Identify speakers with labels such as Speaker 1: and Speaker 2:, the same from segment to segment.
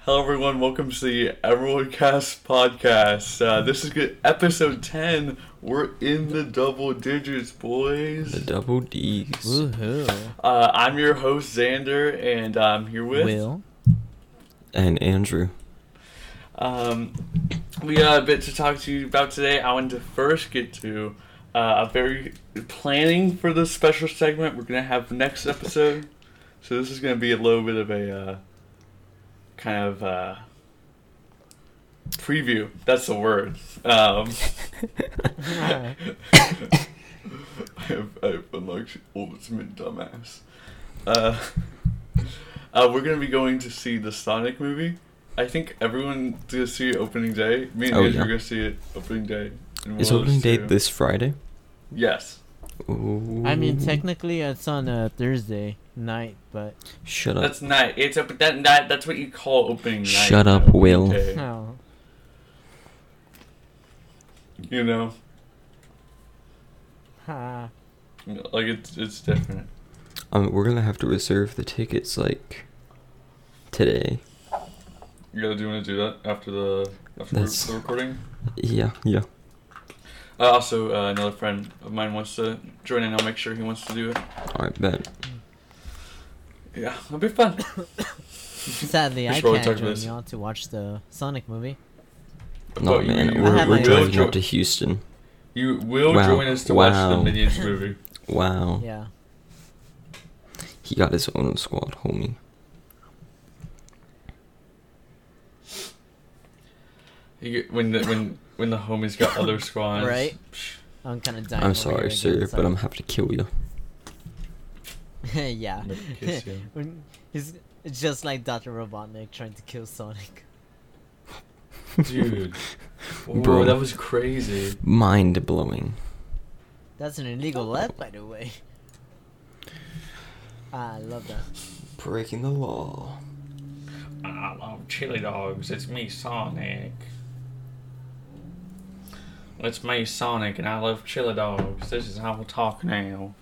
Speaker 1: Hello, everyone. Welcome to the Emerald Cast podcast. Uh, this is good. episode 10. We're in the double digits,
Speaker 2: The
Speaker 1: boys.
Speaker 2: double D's.
Speaker 3: Woohoo.
Speaker 1: Uh, I'm your host, Xander, and I'm here with.
Speaker 3: Will.
Speaker 2: And Andrew.
Speaker 1: Um, we got a bit to talk to you about today. I wanted to first get to uh, a very planning for this special segment we're going to have next episode. So this is going to be a little bit of a uh, kind of uh, preview. That's the word. Um, I have, I have unlocked ultimate dumbass. Uh, uh, we're gonna be going to see the Sonic movie. I think everyone's gonna see it opening day. Me and
Speaker 2: Oh,
Speaker 1: Andrew
Speaker 2: yeah.
Speaker 1: are gonna see it opening day. and
Speaker 2: Is
Speaker 1: Will
Speaker 2: opening day
Speaker 1: too.
Speaker 2: this Friday?
Speaker 1: Yes.
Speaker 2: Ooh.
Speaker 3: I mean, technically, it's on a Thursday night, but
Speaker 2: Shut up.
Speaker 1: That's night. It's up that night. That's what you call opening night.
Speaker 2: Shut
Speaker 1: you
Speaker 2: up,
Speaker 1: know, opening
Speaker 2: Will.
Speaker 1: day,
Speaker 3: no.
Speaker 1: You know,
Speaker 3: Ha.
Speaker 1: like it's it's different.
Speaker 2: Um, we're gonna have to reserve the tickets like today.
Speaker 1: You gotta do you wanna do that after the after
Speaker 2: That's-
Speaker 1: the recording?
Speaker 2: Yeah, yeah.
Speaker 1: Uh, also, uh, another friend of mine wants to join in. I'll make sure he wants to do it.
Speaker 2: All right, bet.
Speaker 1: Yeah, it'll be fun.
Speaker 3: Sadly,
Speaker 1: We
Speaker 3: I
Speaker 1: should probably talk
Speaker 3: can't
Speaker 1: about
Speaker 3: join
Speaker 1: this.
Speaker 3: y'all to watch the Sonic movie.
Speaker 2: No,
Speaker 1: But
Speaker 2: man,
Speaker 1: you-
Speaker 3: I
Speaker 2: we're,
Speaker 3: have
Speaker 2: we're
Speaker 3: my-
Speaker 2: driving
Speaker 1: Will
Speaker 2: up to Houston.
Speaker 1: You will
Speaker 2: Wow.
Speaker 1: join us to watch
Speaker 2: Wow.
Speaker 1: the Minions movie.
Speaker 2: Wow,
Speaker 3: Yeah.
Speaker 2: he got his own squad, homie.
Speaker 1: You get- when the when when the homies got other squads.
Speaker 3: Right. I'm kind of dying.
Speaker 2: I'm
Speaker 3: over here
Speaker 2: sorry, sir,
Speaker 3: again,
Speaker 2: but I'm gonna have to kill you.
Speaker 3: yeah.
Speaker 1: I'm gonna kiss you.
Speaker 3: When- He's it's just like Dr. Robotnik trying to kill Sonic.
Speaker 1: Dude. Whoa,
Speaker 2: Bro.
Speaker 1: that was crazy.
Speaker 2: Mind blowing.
Speaker 3: That's an illegal left, by the way. Ah, I love that.
Speaker 2: Breaking the law.
Speaker 1: I love Ah, chili dogs. It's me, Sonic. It's me, Sonic, and I love chili dogs. This is how we talk now.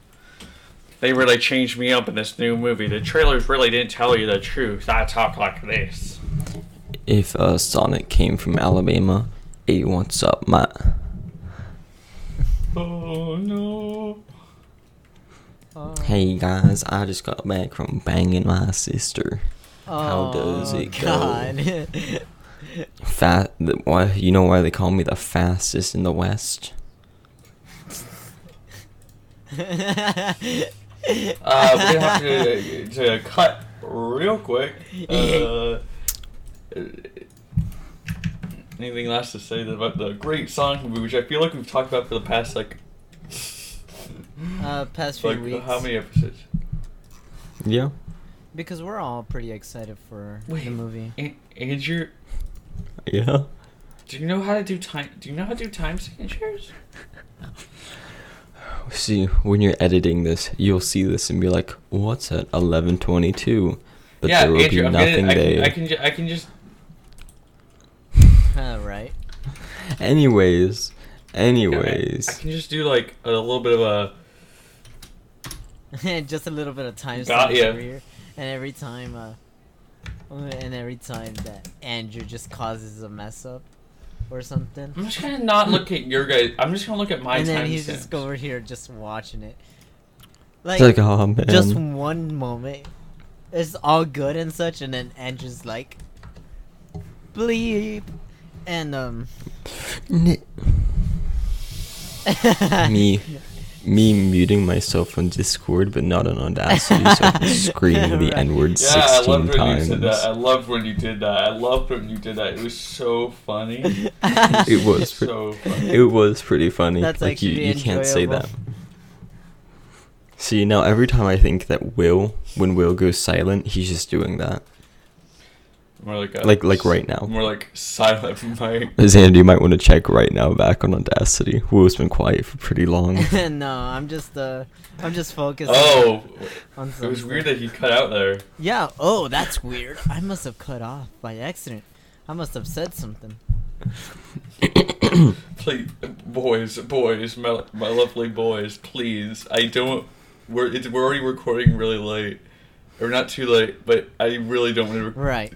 Speaker 1: They really changed me up in this new movie. The trailers really didn't tell you the truth. I talk like this.
Speaker 2: If uh, Sonic came from Alabama, hey, what's up, Matt?
Speaker 1: Oh no.
Speaker 3: Oh,
Speaker 2: Hey guys, I just got back from banging my sister. how does
Speaker 3: oh,
Speaker 2: it go?
Speaker 3: God.
Speaker 2: Fast. Why? You know why they call me the fastest in the West?
Speaker 1: Uh, we're gonna have to, uh, to cut real quick. Uh, anything last to say about the great song movie, which I feel like we've talked about for the past like
Speaker 3: Uh, past few
Speaker 1: like
Speaker 3: weeks.
Speaker 1: how many episodes?
Speaker 2: Yeah.
Speaker 3: Because we're all pretty excited for
Speaker 1: Wait.
Speaker 3: the movie.
Speaker 1: A- Andrew,
Speaker 2: Yeah.
Speaker 1: do you know how to do time? Do you know how to do time signatures?
Speaker 2: See, when you're editing this, you'll see this and be like, "What's at 11:22?" But
Speaker 1: yeah,
Speaker 2: there will
Speaker 1: Andrew,
Speaker 2: be
Speaker 1: I'm
Speaker 2: nothing
Speaker 1: gonna, I can,
Speaker 2: there.
Speaker 1: I can, ju- I can just.
Speaker 3: All right.
Speaker 2: Anyways,
Speaker 1: I-
Speaker 2: anyways,
Speaker 1: I can just do like a little bit of a.
Speaker 3: Just a little bit of time
Speaker 1: Got
Speaker 3: stamps
Speaker 1: ya.
Speaker 3: over here. And every time, uh, and every time that Andrew just causes a mess up or something.
Speaker 1: I'm just gonna not look at your guys. I'm just gonna look at my
Speaker 3: and then
Speaker 1: time
Speaker 3: he's
Speaker 1: stamps.
Speaker 3: just over here just watching it.
Speaker 2: it's
Speaker 3: Like,
Speaker 2: like, oh man,
Speaker 3: just one moment. It's all good and such, and then Andrew's like, bleep. And, um.
Speaker 2: N- me, me muting myself on Discord, but not on Audacity, so I can scream the
Speaker 3: Right.
Speaker 2: N word
Speaker 1: Yeah, I
Speaker 2: 16
Speaker 1: loved when
Speaker 2: times.
Speaker 1: you said that. I loved when you did that. I loved when you did that. It was so funny.
Speaker 2: It was pretty,
Speaker 1: so funny.
Speaker 2: it was pretty funny.
Speaker 3: That's
Speaker 2: like you,
Speaker 3: actually
Speaker 2: you can't say that.
Speaker 3: enjoyable.
Speaker 2: See now, every time I think that Will, when Will goes silent, he's just doing that.
Speaker 1: More like a,
Speaker 2: Like like right now.
Speaker 1: More like silent Mike.
Speaker 2: Xander, you might want to check right now back on Audacity. Will's been quiet for pretty long.
Speaker 3: no, I'm just uh, I'm just focused.
Speaker 1: Oh,
Speaker 3: on
Speaker 1: it was
Speaker 3: something.
Speaker 1: weird that he cut out there.
Speaker 3: Yeah. Oh, that's weird. I must have cut off by accident. I must have said something.
Speaker 1: Please, boys, boys, my, my lovely boys, please. I don't. We're it's, we're already recording really late. or not too late, but I really don't want to.
Speaker 3: Right.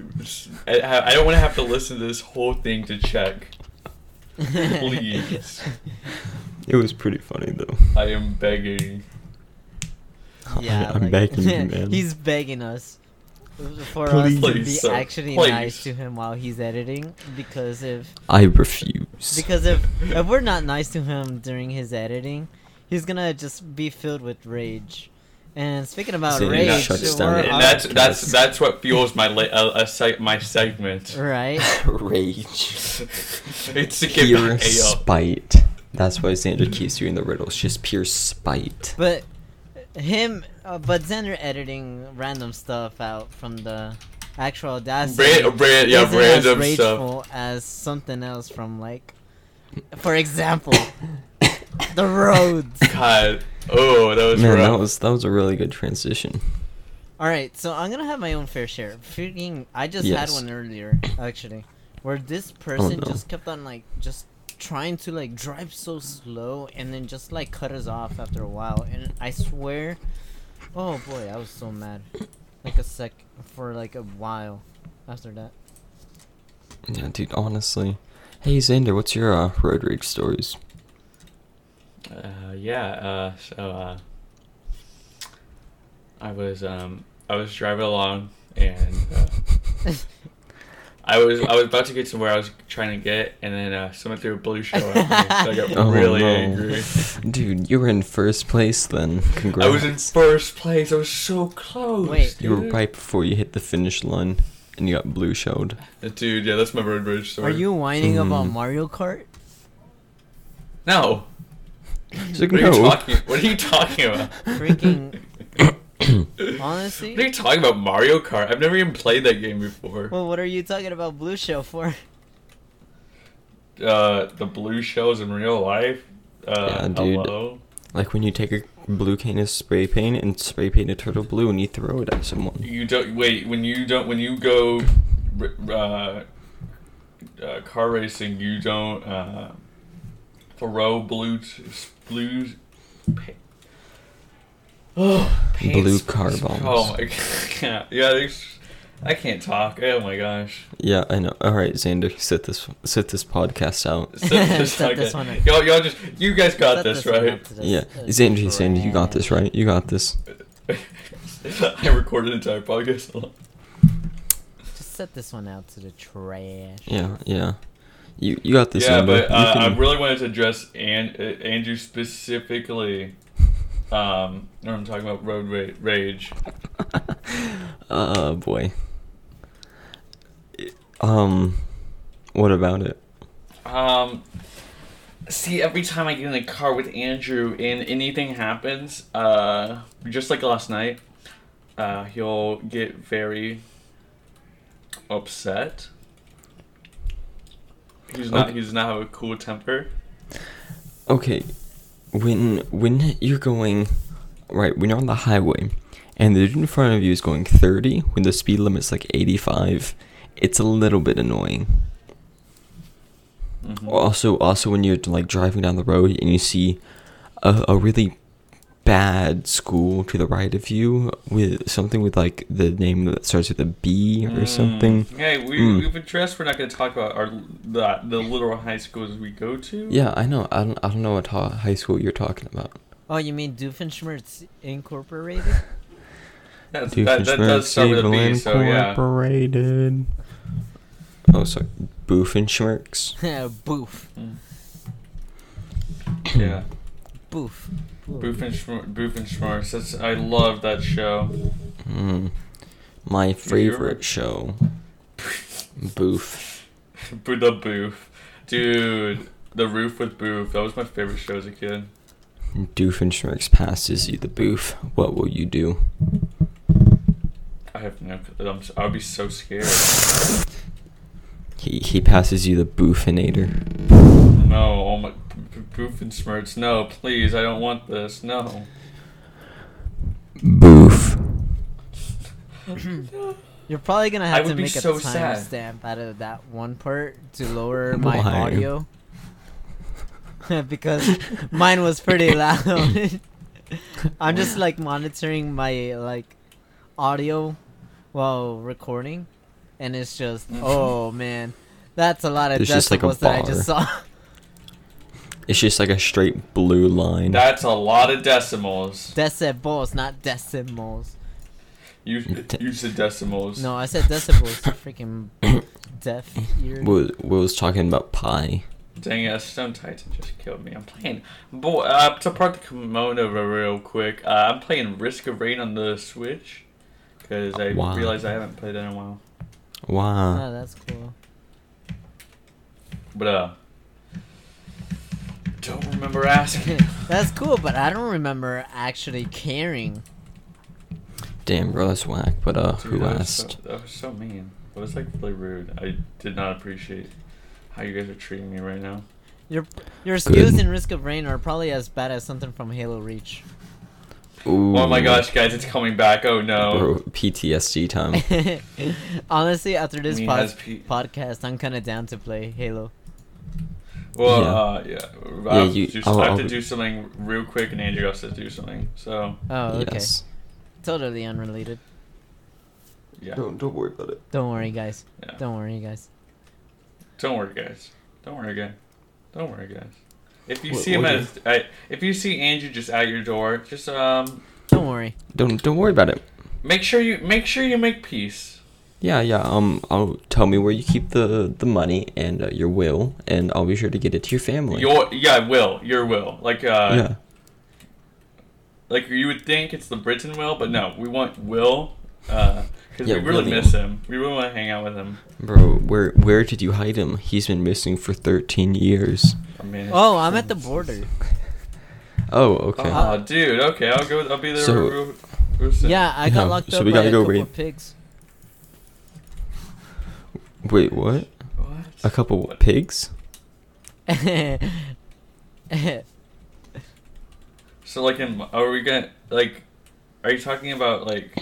Speaker 1: I, I don't want to have to listen to this whole thing to check. Please.
Speaker 2: It was pretty funny though.
Speaker 1: I am begging.
Speaker 3: Yeah,
Speaker 2: I'm
Speaker 3: like-
Speaker 2: begging you, man.
Speaker 3: he's begging us for
Speaker 2: Please.
Speaker 3: us to be
Speaker 1: Please, sir.
Speaker 3: actually
Speaker 1: Please.
Speaker 3: nice to him while he's editing because if
Speaker 2: I refuse.
Speaker 3: because if if we're not nice to him during his editing, he's gonna just be filled with rage. And speaking about
Speaker 2: So he
Speaker 3: rage,
Speaker 2: shuts
Speaker 3: we're
Speaker 2: down
Speaker 3: on-
Speaker 2: the
Speaker 1: And that's that's that's what fuels my la- uh, uh, seg- my segment.
Speaker 3: right.
Speaker 2: Rage.
Speaker 1: it's to get
Speaker 2: Pure
Speaker 1: back AO.
Speaker 2: spite. That's why Xander keeps doing the riddles. Just pure spite.
Speaker 3: But him, uh, but Xander editing random stuff out from the actual audacity.
Speaker 1: Brand, brand, yeah,
Speaker 3: isn't as
Speaker 1: random stuff.
Speaker 3: rageful as something else from like, for example, the roads.
Speaker 1: God, oh, that was
Speaker 2: Man,
Speaker 1: rough.
Speaker 2: that was that was a really good transition.
Speaker 3: All right, so I'm gonna have my own fair share. Freaking, I just
Speaker 2: Yes. Oh,
Speaker 3: had one earlier actually, where this person
Speaker 2: no.
Speaker 3: just kept on like just trying to like drive so slow and then just like cut us off after a while, and I swear, oh boy, I was so mad, like a sec for like a while after that.
Speaker 2: Yeah, dude. Honestly. Hey Xander, what's your uh, road rage stories?
Speaker 1: Uh, yeah. Uh, so uh, I was um, I was driving along and uh, I was I was about to get to where I was trying to get, and then uh, someone threw a blue shell at me. So I got
Speaker 2: Oh,
Speaker 1: really
Speaker 2: no.
Speaker 1: angry.
Speaker 2: Dude, you were in first place then. Congrats.
Speaker 1: I was in first place. I was so close.
Speaker 3: Wait.
Speaker 2: You were
Speaker 1: dude.
Speaker 2: right before you hit the finish line, and you got blue shelled.
Speaker 1: Dude, yeah, that's my road rage
Speaker 3: Are
Speaker 1: story.
Speaker 3: you whining about
Speaker 2: Mm.
Speaker 3: Mario Kart?
Speaker 1: No.
Speaker 2: He's like,
Speaker 1: What are you
Speaker 2: "No."
Speaker 1: talking? What are you talking about?
Speaker 3: Freaking,
Speaker 1: What are
Speaker 3: honestly.
Speaker 1: you talking about? Mario Kart. I've never even played that game before.
Speaker 3: Well, what are you talking about Blue Shell for?
Speaker 1: Uh, the blue shells in real life. Uh,
Speaker 2: Yeah, dude.
Speaker 1: Hello.
Speaker 2: Like when you take a blue can of spray paint and spray paint a turtle blue and you throw it at someone.
Speaker 1: You don't wait when you don't when you go r- uh, uh, car racing. You don't uh, throw blue t- s- blue. Pa- oh, paint
Speaker 2: Blue
Speaker 1: sp-
Speaker 2: car
Speaker 1: sp-
Speaker 2: bombs.
Speaker 1: Oh my god! Yeah, there's- I can't talk. Oh my gosh!
Speaker 2: Yeah, I know. All right, Xander, sit this sit this podcast out.
Speaker 1: Set this,
Speaker 3: Set this
Speaker 1: okay.
Speaker 3: one up.
Speaker 1: Y'all, y'all just you guys got
Speaker 3: Set
Speaker 1: this,
Speaker 3: one
Speaker 1: right?
Speaker 3: up to this,
Speaker 2: Yeah,
Speaker 3: uh,
Speaker 2: Xander, Xander, you got this, right? You got this.
Speaker 1: I recorded an entire podcast. alone.
Speaker 3: Just set this one out to the trash.
Speaker 2: Yeah, yeah. You you got this,
Speaker 1: yeah,
Speaker 2: Xander.
Speaker 1: but
Speaker 2: You
Speaker 1: uh,
Speaker 2: can-
Speaker 1: I really wanted to address and uh, Andrew specifically. Um, when I'm talking about road ra- rage.
Speaker 2: Oh boy. Um, what about it?
Speaker 1: Um, see, every time I get in the car with Andrew and anything happens, uh, just like last night, uh, he'll get very upset. He's not.
Speaker 2: Okay.
Speaker 1: He's not have a cool temper.
Speaker 2: Okay, when when you're going, right? When you're on the highway, and the dude in front of you is going 30 when the speed limit's like 85, it's a little bit annoying. Mm-hmm.
Speaker 1: Mhm.
Speaker 2: Also, also when you're like driving down the road and you see a, a really bad school to the right of you with something with like the name that starts with a B or
Speaker 1: Mm.
Speaker 2: something.
Speaker 1: Hey, we,
Speaker 2: Mm.
Speaker 1: we've addressed we're not going to talk about our the, the literal high schools we go to.
Speaker 2: Yeah, I know. I don't. I don't know what ho- high school you're talking about.
Speaker 3: Oh, you mean Doofenshmirtz Incorporated?
Speaker 1: That's, that, that does start with a B, so yeah.
Speaker 2: Incorporated. Oh, sorry. Boofenschmerks.
Speaker 3: boof,
Speaker 1: yeah.
Speaker 3: boof.
Speaker 1: Boof and, Schm- Boof and Schmorts. That's, I love that show.
Speaker 2: Mm. My favorite show. Boof.
Speaker 1: Boo- the Boof. Dude, The Roof with Boof. That was my favorite show as a kid.
Speaker 2: Doofenshmirtz passes you the boof. What will you do?
Speaker 1: I have no clue. I'm, s- I would be so scared.
Speaker 2: He he passes you the boofinator.
Speaker 1: No, oh my. B- Boof and Schmorts. No, please. I don't want this. No.
Speaker 2: Boof.
Speaker 3: You're probably gonna
Speaker 1: I
Speaker 3: have
Speaker 1: would
Speaker 3: to
Speaker 1: be
Speaker 3: make a
Speaker 1: so sad.
Speaker 3: timestamp out of that one part to lower my
Speaker 2: Why?
Speaker 3: audio. because mine was pretty loud. I'm just like monitoring my like audio while recording, and it's just
Speaker 1: Mhm.
Speaker 3: oh man, that's a lot of
Speaker 2: Mm-hmm. There's just, like, a
Speaker 3: decibels that I just saw.
Speaker 2: It's just like a straight blue line.
Speaker 1: That's a lot of decimals.
Speaker 3: decibels, not decimals.
Speaker 1: You
Speaker 2: De-
Speaker 1: you said decimals.
Speaker 3: No, I said decibels. freaking deaf ear.
Speaker 2: Will, Will's talking about pi.
Speaker 1: Dang it, a Stone Titan just killed me. I'm playing. Boy, uh, to part the kimono over real quick, uh, I'm playing Risk of Rain on the Switch. Because I
Speaker 2: Wow.
Speaker 1: realized I haven't played it in a while.
Speaker 2: Wow. uh.
Speaker 3: Oh, that's cool.
Speaker 1: But, uh. Don't remember asking.
Speaker 3: that's cool, but I don't remember actually caring.
Speaker 2: Damn, bro, that's whack. But uh,
Speaker 1: Dude,
Speaker 2: who
Speaker 1: that was so-
Speaker 2: asked?
Speaker 1: that was so mean. That was like really rude. I did not appreciate how you guys are treating me right now.
Speaker 3: Your your skills
Speaker 2: Good.
Speaker 3: in Risk of Rain are probably as bad as something from Halo Reach.
Speaker 2: Ooh,
Speaker 1: Oh my gosh, guys, it's coming back. Oh
Speaker 2: Bro,
Speaker 1: no.
Speaker 2: PTSD time.
Speaker 3: Honestly, after this
Speaker 1: Me
Speaker 3: pod-
Speaker 1: has P-
Speaker 3: podcast, I'm kind of down to play Halo.
Speaker 1: Well,
Speaker 2: Yeah.
Speaker 1: uh, yeah. I have,
Speaker 2: you-
Speaker 1: to do,
Speaker 2: I'll-
Speaker 1: I have to
Speaker 2: I'll-
Speaker 1: do something real quick, and Andrew has to do something. So,
Speaker 3: Oh, okay.
Speaker 2: Yes.
Speaker 3: Totally unrelated.
Speaker 1: yeah.
Speaker 2: Don't don't worry about it.
Speaker 3: Don't worry, guys.
Speaker 1: Yeah.
Speaker 3: Don't worry, guys.
Speaker 1: Don't worry, guys. Don't worry, guys. Don't worry, guys. If you
Speaker 2: What-
Speaker 1: see him
Speaker 2: what
Speaker 1: as, I, if you see Andrew just at your door, just um,
Speaker 3: Don't worry.
Speaker 2: Don't don't worry about it.
Speaker 1: make sure you make sure you make peace.
Speaker 2: Yeah, yeah. Um, I'll tell me where you keep the the money and uh, your will, and I'll be sure to get it to your family.
Speaker 1: Your yeah, will your will. Like uh,
Speaker 2: yeah,
Speaker 1: like you would think it's the Britain will, but no, we want Will. Uh, because
Speaker 2: Yeah,
Speaker 1: we really
Speaker 2: William.
Speaker 1: miss him. We really want to hang out with him.
Speaker 2: bro. Where where did you hide him? He's been missing for thirteen years.
Speaker 1: I mean,
Speaker 3: Oh, I'm at the border.
Speaker 2: Oh, okay.
Speaker 1: Oh, dude. Okay, I'll go. I'll be there.
Speaker 2: So-
Speaker 1: real- real soon.
Speaker 3: Yeah, I
Speaker 2: Yeah,
Speaker 3: got locked
Speaker 2: so
Speaker 3: up
Speaker 2: we
Speaker 3: by
Speaker 2: gotta
Speaker 3: a
Speaker 2: go
Speaker 3: couple
Speaker 2: raid.
Speaker 3: of pigs.
Speaker 2: Wait, what?
Speaker 1: What?
Speaker 2: A couple pigs?
Speaker 1: So like, in, are we gonna like? Are you talking about like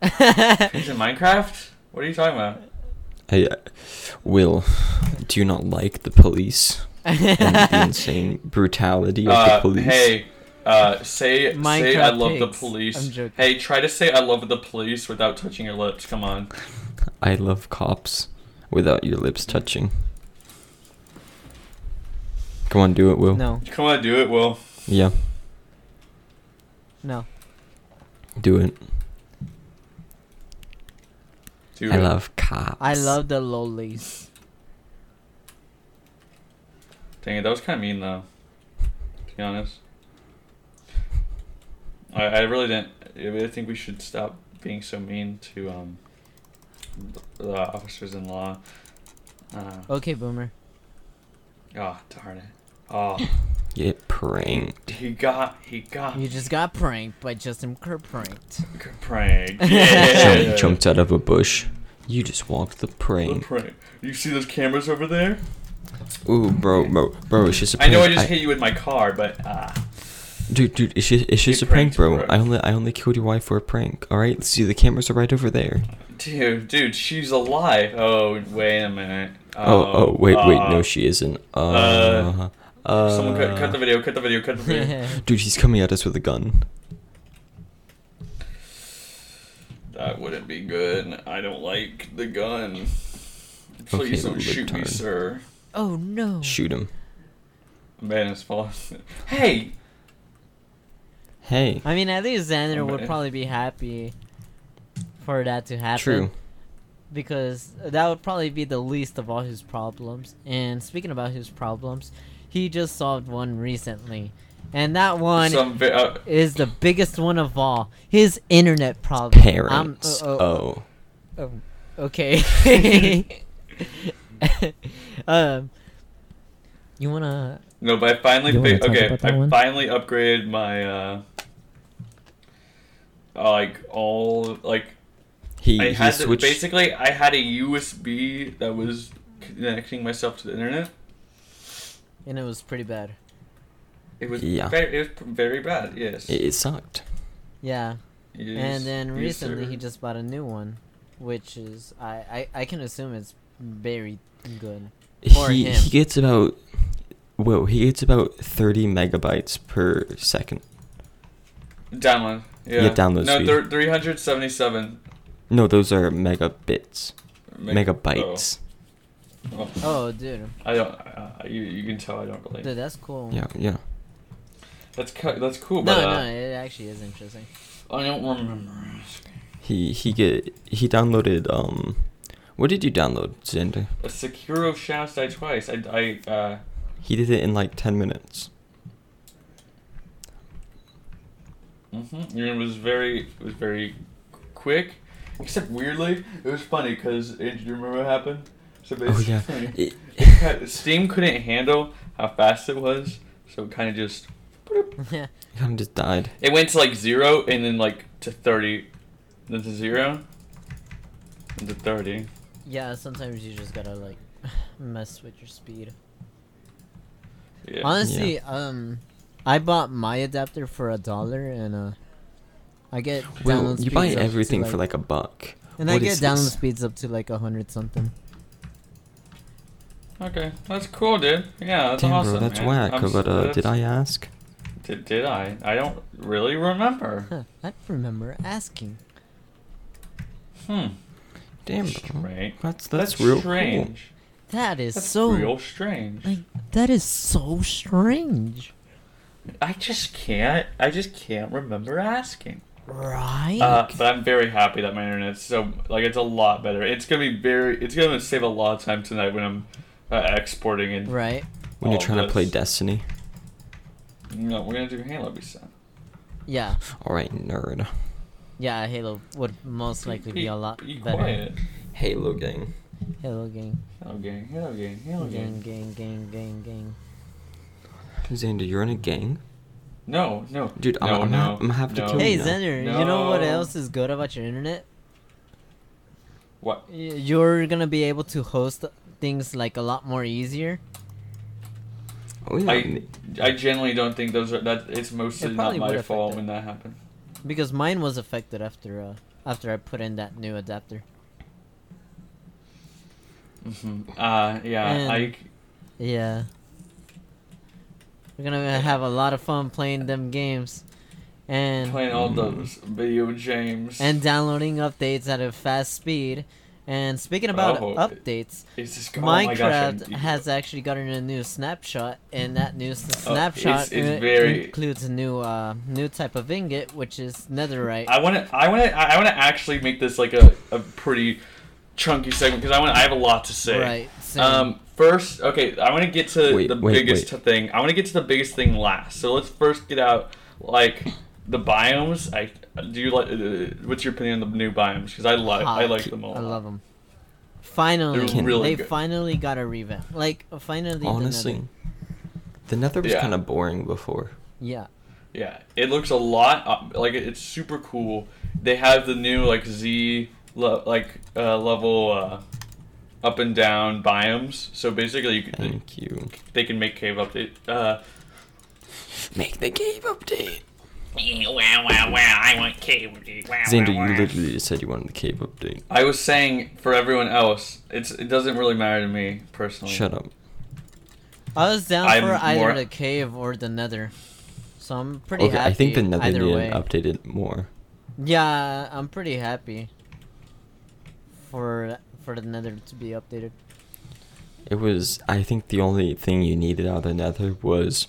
Speaker 1: pigs in Minecraft? What are you talking about?
Speaker 2: I, will. Do you not like the police and the insane brutality of the
Speaker 1: Uh,
Speaker 2: police?
Speaker 1: hey, uh, say say I
Speaker 3: Minecraft
Speaker 1: love the
Speaker 3: pigs. I'm
Speaker 1: police.
Speaker 3: joking.
Speaker 1: Hey, try to say I love the police without touching your lips. Come on.
Speaker 2: I love cops without your lips touching. Come on, do it, Will.
Speaker 3: no,
Speaker 1: Come on, do it, Will.
Speaker 2: Yeah,
Speaker 3: no.
Speaker 2: do it.
Speaker 1: Do
Speaker 2: I
Speaker 1: it.
Speaker 2: love cops.
Speaker 3: I love the lowlies.
Speaker 1: Dang it, that was kind of mean though. To be honest, I, I really didn't. I really think we should stop being so mean to um the officers in law. Uh,
Speaker 3: Okay, boomer.
Speaker 1: oh darn it! Oh,
Speaker 2: Get pranked.
Speaker 1: he got he got
Speaker 3: You just got pranked by Justin Kerr pranked.
Speaker 1: pranked.
Speaker 2: Somebody
Speaker 1: Yeah.
Speaker 2: jumped out of a bush. You just walked the
Speaker 1: The
Speaker 2: prank.
Speaker 1: prank. You see those cameras over there?
Speaker 2: Ooh, bro, bro, bro, it's just a
Speaker 1: I
Speaker 2: prank.
Speaker 1: know I just hit you with my car, but uh,
Speaker 2: Dude, dude, it's just, it's just a prank,
Speaker 1: pranked, bro.
Speaker 2: bro. I only, I only killed your wife for a prank. All right, see the cameras are right over there.
Speaker 1: dude, dude, she's alive. Oh, wait a minute.
Speaker 2: Oh, oh, wait, wait,
Speaker 1: uh,
Speaker 2: no, she isn't.
Speaker 1: uh,
Speaker 2: Uh, uh,
Speaker 1: Someone cut, cut the video. Cut the video. Cut the video.
Speaker 2: Dude, he's coming at us with a gun.
Speaker 1: That wouldn't be good. I don't like the gun.
Speaker 2: Okay,
Speaker 1: Please don't shoot me,
Speaker 2: libtard.
Speaker 1: sir.
Speaker 3: oh no.
Speaker 2: Shoot him.
Speaker 1: Man is falling. Hey,
Speaker 2: Hey,
Speaker 3: I mean, I think Xander would
Speaker 1: Okay.
Speaker 3: probably be happy for that to happen.
Speaker 2: true.
Speaker 3: Because that would probably be the least of all his problems. And speaking about his problems, he just solved one recently. And that one
Speaker 1: some vi- uh,
Speaker 3: is the biggest one of all his internet problem. I'm-
Speaker 2: Parents.
Speaker 3: oh, oh,
Speaker 2: oh,
Speaker 3: Um, okay. um, you wanna?
Speaker 1: no, but I finally
Speaker 3: You
Speaker 1: fi-
Speaker 3: wanna talk
Speaker 1: okay.
Speaker 3: about that
Speaker 1: I
Speaker 3: one?
Speaker 1: finally upgraded my uh, uh, like all like
Speaker 2: he,
Speaker 1: I
Speaker 2: he
Speaker 1: had to,
Speaker 2: switched.
Speaker 1: basically I had a USB that was connecting myself to the internet.
Speaker 3: And it was pretty bad.
Speaker 1: It was
Speaker 2: Yeah.
Speaker 1: very, it was very bad. Yes.
Speaker 2: it, it sucked.
Speaker 3: Yeah.
Speaker 1: Yes,
Speaker 3: And then
Speaker 1: yes,
Speaker 3: recently
Speaker 1: sir.
Speaker 3: he just bought a new one, which is I I, I can assume it's very good. For
Speaker 2: he
Speaker 3: him.
Speaker 2: he gets about, well, he gets about thirty megabytes per second.
Speaker 1: download.
Speaker 2: Yeah, download
Speaker 1: no,
Speaker 2: speed.
Speaker 1: thir- 377
Speaker 2: No, those are megabits.
Speaker 1: meg-
Speaker 2: megabytes.
Speaker 1: Oh, oh.
Speaker 3: Oh, dude,
Speaker 1: I don't. Uh, you, you can tell I don't really.
Speaker 3: dude, that's
Speaker 1: oh.
Speaker 3: cool.
Speaker 2: Yeah, yeah.
Speaker 1: That's cu- that's cool,
Speaker 3: No,
Speaker 1: but
Speaker 3: no,
Speaker 1: uh,
Speaker 3: it actually is interesting.
Speaker 1: I don't remember.
Speaker 2: He he get he downloaded um what did you download, Xander?
Speaker 1: A Sekiro Shouts Die Twice. I, I uh,
Speaker 2: He did it in like ten minutes.
Speaker 1: Mm-hmm. It was very, it was very quick. Except weirdly, it was funny because do you remember what happened? So
Speaker 2: Oh yeah.
Speaker 1: basically,
Speaker 2: It-
Speaker 1: Steam couldn't handle how fast it was, so it kind of just
Speaker 3: yeah,
Speaker 2: kind of just died.
Speaker 1: it went to like zero and then like to thirty, then to zero, and to thirty.
Speaker 3: yeah. Sometimes you just gotta like mess with your speed.
Speaker 1: Yeah.
Speaker 3: Honestly, um, I bought my adapter for a dollar, and uh, I get
Speaker 2: Well,
Speaker 3: download
Speaker 2: you buy
Speaker 3: speeds up to,
Speaker 2: everything for like a buck.
Speaker 3: and I
Speaker 2: what
Speaker 3: get
Speaker 2: is
Speaker 3: download
Speaker 2: this?
Speaker 3: speeds up to like a hundred something.
Speaker 1: Okay, that's cool, dude. Yeah, that's
Speaker 2: Damn,
Speaker 1: awesome.
Speaker 2: bro, that's
Speaker 1: man.
Speaker 2: whack.
Speaker 1: I'm s-
Speaker 2: but uh, did
Speaker 1: that's-
Speaker 2: I ask?
Speaker 1: Did, did I? I don't really remember.
Speaker 3: Huh, I remember asking.
Speaker 1: Hmm.
Speaker 2: Damn, bro.
Speaker 1: Strange.
Speaker 2: That's that's, real cool.
Speaker 1: strange.
Speaker 3: That is
Speaker 1: That's
Speaker 3: so
Speaker 1: real strange.
Speaker 3: like that is so strange,
Speaker 1: I just can't. I just can't remember asking.
Speaker 3: right?
Speaker 1: Uh, but I'm very happy that my internet's so like it's a lot better. It's gonna be very. It's gonna save a lot of time tonight when I'm uh, exporting and
Speaker 3: right.
Speaker 2: When you're
Speaker 1: all
Speaker 2: trying to play
Speaker 1: this.
Speaker 2: Destiny.
Speaker 1: No, we're gonna do Halo we said.
Speaker 3: Yeah,
Speaker 2: All right, nerd.
Speaker 3: yeah. Halo would most likely be a lot
Speaker 1: Be
Speaker 3: better.
Speaker 1: quiet.
Speaker 2: Halo gang.
Speaker 3: Halo gang,
Speaker 1: Halo gang. Halo gang. Halo gang.
Speaker 3: gang, gang, gang, gang, gang.
Speaker 2: Xander, you're in a gang.
Speaker 1: No, no,
Speaker 2: Dude, I'm-
Speaker 1: no,
Speaker 2: I'm
Speaker 1: no,
Speaker 2: ha- I'm happy to
Speaker 1: no.
Speaker 2: kill Oh,
Speaker 3: Hey
Speaker 2: no.
Speaker 3: Xander, you know what
Speaker 1: No.
Speaker 3: else is good about your internet?
Speaker 1: What?
Speaker 3: Y- You're gonna be able to host things like a lot more easier.
Speaker 2: Oh yeah.
Speaker 1: I I generally don't think those are that. It's mostly not
Speaker 3: probably would
Speaker 1: my
Speaker 3: affect
Speaker 1: fault
Speaker 3: it.
Speaker 1: when that happened.
Speaker 3: Because mine was affected after uh, after I put in that new adapter.
Speaker 1: Mm-hmm. Uh, yeah,
Speaker 3: And-
Speaker 1: I.
Speaker 3: Yeah. We're gonna have a lot of fun playing them games, and
Speaker 1: playing all
Speaker 2: Mm.
Speaker 1: those video games.
Speaker 3: and downloading updates at a fast speed. And speaking about
Speaker 1: Oh.
Speaker 3: updates,
Speaker 1: it's just, oh my gosh, I'm-
Speaker 3: Minecraft has actually gotten a new snapshot, and that new s-
Speaker 1: Oh, it's-
Speaker 3: snapshot
Speaker 1: it's
Speaker 3: in-
Speaker 1: very-
Speaker 3: includes a new uh, new type of ingot, which is netherite.
Speaker 1: I want to. I want to. I want to actually make this like a, a pretty chunky segment because I want. I have a lot to say.
Speaker 3: Right. same.
Speaker 1: Um. First, okay. I want to get to
Speaker 2: Wait,
Speaker 1: the
Speaker 2: wait,
Speaker 1: biggest thing. I want to get to the biggest thing last. So let's first get out like the biomes. I do you like? Uh, what's your opinion on the new biomes? Because I like. I
Speaker 3: Hot.
Speaker 1: like them all.
Speaker 3: I love them. Finally,
Speaker 1: They're really
Speaker 3: they
Speaker 1: good.
Speaker 3: finally got a revamp. Like finally, the
Speaker 2: honestly,
Speaker 3: nether-
Speaker 2: the Nether was
Speaker 1: Yeah.
Speaker 2: kind of boring before.
Speaker 3: yeah,
Speaker 1: Yeah, it looks a lot uh, like it- it's super cool. They have the new like Z le- like uh, level uh, up and down biomes. So basically, you can,
Speaker 2: Thank you.
Speaker 1: they can make cave update. Uh,
Speaker 2: Make the game update.
Speaker 4: Wow, wow, wow, I want cable. Wow,
Speaker 2: Xander,
Speaker 4: wow,
Speaker 2: you
Speaker 4: wow.
Speaker 2: literally just said you wanted the cave update.
Speaker 1: I was saying for everyone else, it's it doesn't really matter to me personally.
Speaker 2: Shut up.
Speaker 3: I was down
Speaker 1: I'm
Speaker 3: for either
Speaker 1: more-
Speaker 3: the cave or the nether, so I'm pretty
Speaker 2: Okay,
Speaker 3: happy.
Speaker 2: I think the Nether
Speaker 3: either
Speaker 2: needed
Speaker 3: way.
Speaker 2: updated more.
Speaker 3: Yeah, I'm pretty happy for for the nether to be updated.
Speaker 2: It was. I think the only thing you needed out of the Nether was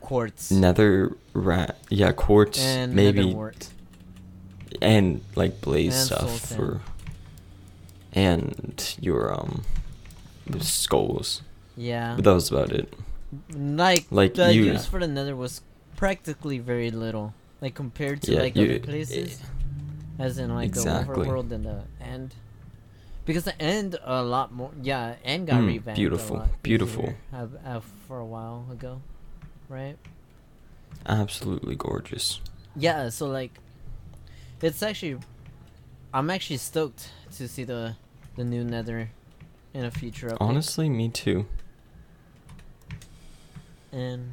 Speaker 3: Quartz
Speaker 2: Nether rat. Yeah, quartz,
Speaker 3: and
Speaker 2: maybe,
Speaker 3: nether wart.
Speaker 2: and like blaze
Speaker 3: And soul
Speaker 2: stuff
Speaker 3: sand.
Speaker 2: for, and your um, skulls.
Speaker 3: Yeah,
Speaker 2: But that was about it.
Speaker 3: like,
Speaker 2: like,
Speaker 3: the
Speaker 2: you-
Speaker 3: use for the nether was practically very little, like compared to
Speaker 2: Yeah,
Speaker 3: like
Speaker 2: you-
Speaker 3: other places, as in like
Speaker 2: Exactly.
Speaker 3: the overworld and the end. Because the end a lot more, yeah, end got
Speaker 2: Mm,
Speaker 3: revamped. a
Speaker 2: beautiful,
Speaker 3: lot
Speaker 2: beautiful.
Speaker 3: easier, uh, uh, for a while ago, right?
Speaker 2: Absolutely gorgeous.
Speaker 3: Yeah, so like, it's actually, I'm actually stoked to see the the new Nether in a future update.
Speaker 2: Honestly, me too.
Speaker 3: and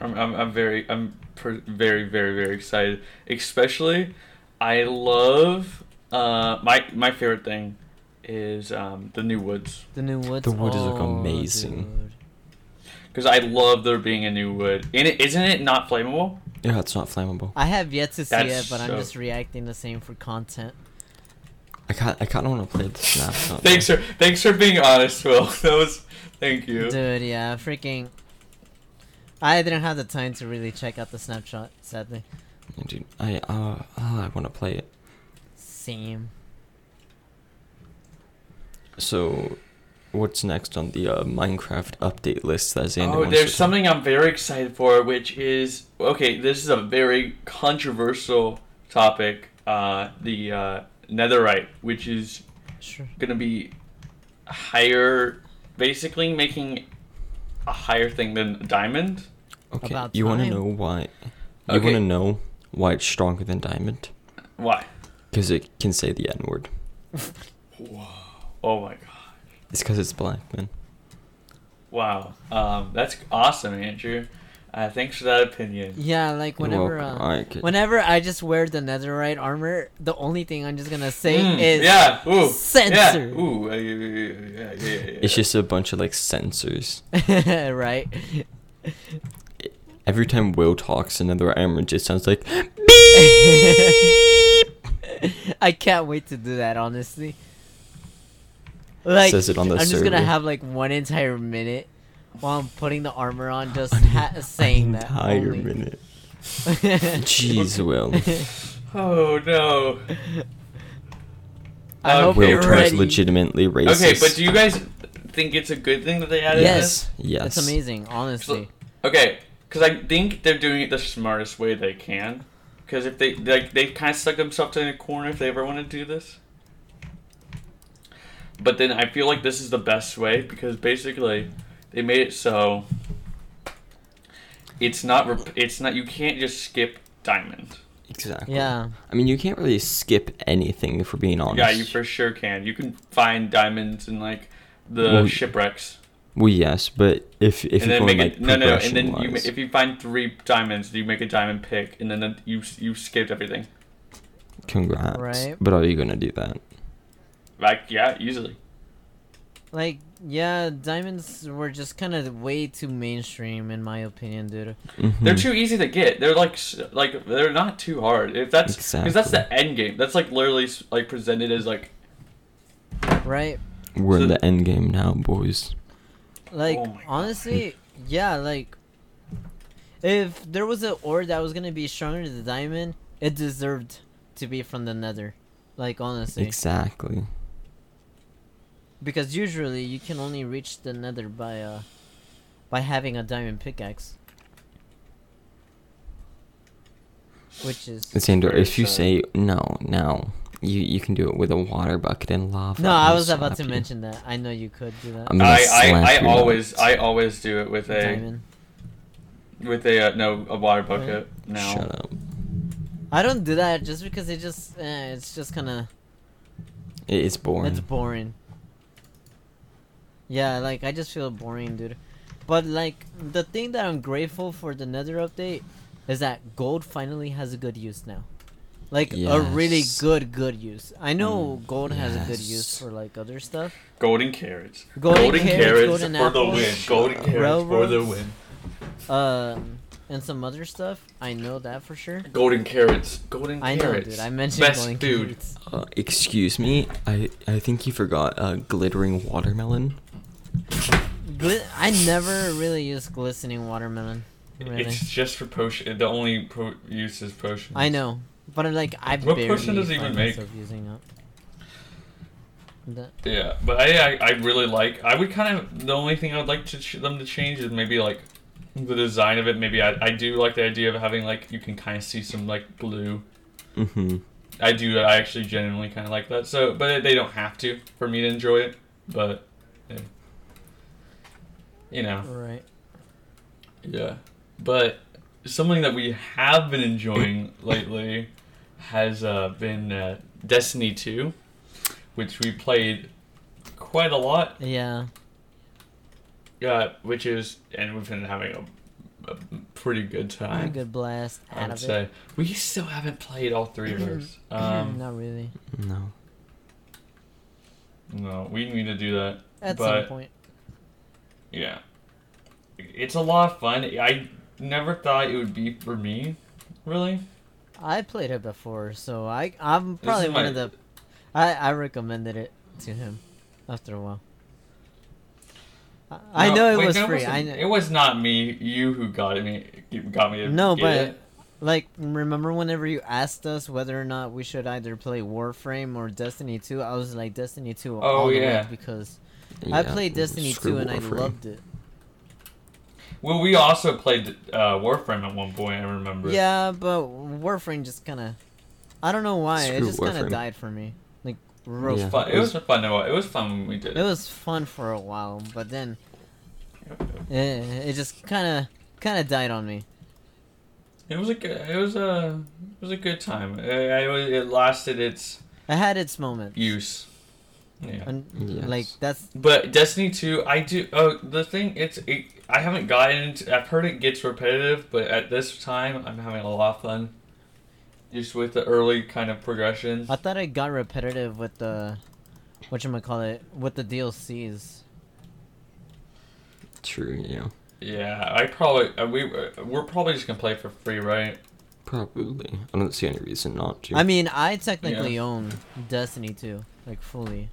Speaker 1: I'm, I'm, I'm very I'm per- very very very excited. Especially, I love uh my my favorite thing is um the new woods
Speaker 3: the new woods.
Speaker 2: The wood is, like,
Speaker 3: oh,
Speaker 2: amazing.
Speaker 3: dude.
Speaker 1: because I love there being a new wood. And it isn't it not flammable?
Speaker 2: Yeah, it's not flammable.
Speaker 3: I have yet to see
Speaker 1: That's
Speaker 3: it, but
Speaker 1: so-
Speaker 3: I'm just reacting the same for content.
Speaker 2: I can't. I kind of want to play this now. it's not
Speaker 1: Thanks
Speaker 2: there.
Speaker 1: for thanks for being honest, Will. That was thank you.
Speaker 3: Dude, yeah, freaking. I didn't have the time to really check out the snapshot, sadly.
Speaker 2: Yeah, Dude, I uh, ah, I want to play it.
Speaker 3: Same.
Speaker 2: So, what's next on the uh, Minecraft update list that Xander
Speaker 1: Oh,
Speaker 2: wants
Speaker 1: there's
Speaker 2: to-
Speaker 1: something I'm very excited for, which is okay. This is a very controversial topic. Uh, the uh, Netherite, which is
Speaker 3: Sure.
Speaker 1: gonna be higher, basically making a higher thing than a diamond.
Speaker 2: Okay,
Speaker 3: About
Speaker 2: you want to
Speaker 3: time.
Speaker 2: know why? You
Speaker 1: Okay.
Speaker 2: want to know why it's stronger than diamond?
Speaker 1: Why?
Speaker 2: Because it can say the N word.
Speaker 1: Oh my god!
Speaker 2: It's because it's black, man.
Speaker 1: Wow, um, that's awesome, Andrew. Uh, thanks for that opinion.
Speaker 3: Yeah, like
Speaker 2: You're
Speaker 3: whenever,
Speaker 2: welcome.
Speaker 3: uh,
Speaker 2: Alright, good.
Speaker 3: whenever I just wear the netherite armor, the only thing I'm just gonna say
Speaker 1: Mm,
Speaker 3: is
Speaker 1: yeah, ooh,
Speaker 3: censor.
Speaker 1: Yeah, ooh, uh, yeah, yeah, yeah, yeah, yeah,
Speaker 2: It's just a bunch of like sensors.
Speaker 3: right.
Speaker 2: Every time Will talks, another armor just sounds like.
Speaker 3: I can't wait to do that, honestly. Like,
Speaker 2: Says it on the
Speaker 3: I'm just gonna
Speaker 2: server.
Speaker 3: have like one entire minute while I'm putting the armor on, just ha- saying that.
Speaker 2: Entire
Speaker 3: only.
Speaker 2: minute. Jeez, Will.
Speaker 1: Oh no.
Speaker 3: I hope
Speaker 1: Okay.
Speaker 2: Will
Speaker 3: you're
Speaker 1: We're
Speaker 2: turns
Speaker 3: ready.
Speaker 2: legitimately racist.
Speaker 1: Okay, but do you guys think it's a good thing that they added
Speaker 3: Yes.
Speaker 1: this?
Speaker 2: Yes.
Speaker 3: It's amazing, honestly.
Speaker 1: Okay, because I think they're doing it the smartest way they can. Because if they like, they've kind of stuck themselves in a corner if they ever want to do this. But then I feel like this is the best way because basically they made it so it's not rep- it's not you can't just skip diamond.
Speaker 2: Exactly.
Speaker 3: Yeah.
Speaker 2: I mean, you can't really skip anything if we're being honest.
Speaker 1: Yeah, you for sure can. You can find diamonds in like the
Speaker 2: Well,
Speaker 1: shipwrecks.
Speaker 2: Well, yes, but if
Speaker 1: and
Speaker 2: if you're
Speaker 1: then
Speaker 2: going
Speaker 1: make
Speaker 2: like
Speaker 1: it no no no, and then you, ma-
Speaker 2: progression-wise-
Speaker 1: if you find three diamonds you make a diamond pick and then you you skipped everything
Speaker 2: congrats.
Speaker 3: Right.
Speaker 2: But are you gonna do that?
Speaker 1: like yeah easily
Speaker 3: Like, yeah, diamonds were just kind of way too mainstream, in my opinion, dude.
Speaker 1: they're
Speaker 2: Mhm.
Speaker 1: too easy to get they're like s- like they're not too hard if that's because that's the end game that's like literally s- like presented as like
Speaker 3: Right?
Speaker 2: We're
Speaker 1: so-
Speaker 2: in the end game now, boys.
Speaker 3: Like,
Speaker 1: Oh my God.
Speaker 3: honestly, yeah, like, if there was an ore that was gonna be stronger than the diamond, it deserved to be from the nether. Like, honestly.
Speaker 2: Exactly.
Speaker 3: because usually you can only reach the nether by, uh, by having a diamond pickaxe. Which is.
Speaker 2: Xander,
Speaker 1: Very
Speaker 2: if you say
Speaker 1: sad.
Speaker 2: no, no, you you can do it with a water bucket and lava.
Speaker 3: No,
Speaker 2: I'll
Speaker 3: I was about
Speaker 2: slap
Speaker 3: to
Speaker 2: you.
Speaker 3: mention that. I know you could do that.
Speaker 2: I'm gonna
Speaker 1: I,
Speaker 2: slap
Speaker 1: I, I
Speaker 2: you
Speaker 1: always
Speaker 2: nuts.
Speaker 1: I always do it with a
Speaker 3: diamond.
Speaker 1: with a uh, no a water bucket now
Speaker 2: Shut up.
Speaker 3: I don't do that just because it just eh, it's just kind of
Speaker 2: It is boring.
Speaker 3: it's boring. Yeah, like I just feel boring, dude. But like the thing that I'm grateful for the Nether update is that gold finally has a good use now. Like a really
Speaker 2: Yes. Mm,
Speaker 3: good good use. I know gold has a good use
Speaker 2: yes.
Speaker 3: for like other stuff.
Speaker 1: golden carrots
Speaker 3: Golden carrots, golden
Speaker 1: for the
Speaker 3: apples,
Speaker 1: win golden carrots for the
Speaker 3: railroads.
Speaker 1: win
Speaker 3: Um and some other stuff. I know that for sure.
Speaker 1: golden carrots golden
Speaker 3: I know,
Speaker 1: carrots
Speaker 3: dude. I mentioned
Speaker 1: best
Speaker 3: golden
Speaker 1: food
Speaker 3: carrots.
Speaker 2: Uh, excuse me, I I think you forgot uh, glittering watermelon.
Speaker 3: Gli- I never really used glistening watermelon. Really.
Speaker 1: It's just for potion. The only pro- use is potion.
Speaker 3: I know, but I'm like I
Speaker 1: What
Speaker 3: barely
Speaker 1: person does it
Speaker 3: find
Speaker 1: even make?
Speaker 3: myself using it. The-
Speaker 1: Yeah, but I, I I really like. I would kind of the only thing I'd like to ch- them to change is maybe like the design of it. Maybe I I do like the idea of having like you can kind of see some like blue.
Speaker 2: Mm-hmm.
Speaker 1: I do. I actually genuinely kind of like that. So, but they don't have to for me to enjoy it. But yeah. you know,
Speaker 3: right.
Speaker 1: yeah. But something that we have been enjoying lately has uh, been uh, Destiny Two, which we played quite a lot.
Speaker 3: Yeah.
Speaker 1: Yeah, which is, and we've been having a, a pretty good
Speaker 3: Pretty
Speaker 1: time.
Speaker 3: good blast
Speaker 1: I
Speaker 3: out
Speaker 1: would
Speaker 3: of
Speaker 1: say we still haven't played all three of those.
Speaker 3: it.
Speaker 1: Um,
Speaker 3: Not really.
Speaker 2: No.
Speaker 1: no, we need to do that.
Speaker 3: At
Speaker 1: but-
Speaker 3: some point.
Speaker 1: Yeah, it's a lot of fun. I never thought it would be for me, Really?
Speaker 3: I played it before, so I I'm probably
Speaker 1: is
Speaker 3: one
Speaker 1: my-
Speaker 3: of the. I I recommended it to him, after a while. I, I
Speaker 1: No,
Speaker 3: know it
Speaker 1: wait,
Speaker 3: was
Speaker 1: that
Speaker 3: free.
Speaker 1: wasn't-
Speaker 3: I know.
Speaker 1: It was not me. You who got me. You got me. To
Speaker 3: No,
Speaker 1: get
Speaker 3: but
Speaker 1: it.
Speaker 3: like remember whenever you asked us whether or not we should either play Warframe or Destiny 2, I was like Destiny 2 all the
Speaker 1: Oh, yeah.
Speaker 3: way because I
Speaker 2: Yeah,
Speaker 3: played Destiny
Speaker 2: screw
Speaker 3: 2 and
Speaker 2: Warframe.
Speaker 3: I loved it.
Speaker 1: well, we also played uh, Warframe at one point. I remember.
Speaker 3: Yeah, but Warframe just kind of I don't know why it
Speaker 2: Screw
Speaker 3: just kind
Speaker 2: Warframe.
Speaker 3: of died for me. Like real
Speaker 2: Yeah.
Speaker 1: Fun. It was a fun. It was fun when we did.
Speaker 3: It
Speaker 1: it.
Speaker 3: was fun for a while, but then it, it just kind of kind of died on me.
Speaker 1: It was a good. It was a. It was a good time. It, it, it lasted its
Speaker 3: I had its moment.
Speaker 1: use. Yeah.
Speaker 3: And,
Speaker 2: Yes.
Speaker 3: Like that's
Speaker 1: But Destiny 2, I do. Oh, the thing, it's. It, I haven't gotten into. I've heard it gets repetitive, but at this time, I'm having a lot of fun. Just with the early kind of progression.
Speaker 3: I thought it got repetitive with the what you call it with the DLCs.
Speaker 2: True. Yeah.
Speaker 1: Yeah, I probably. uh, We, uh, we're probably just gonna play for free, right?
Speaker 2: Probably. I don't see any reason not to.
Speaker 3: I mean, I technically own Destiny 2, like fully.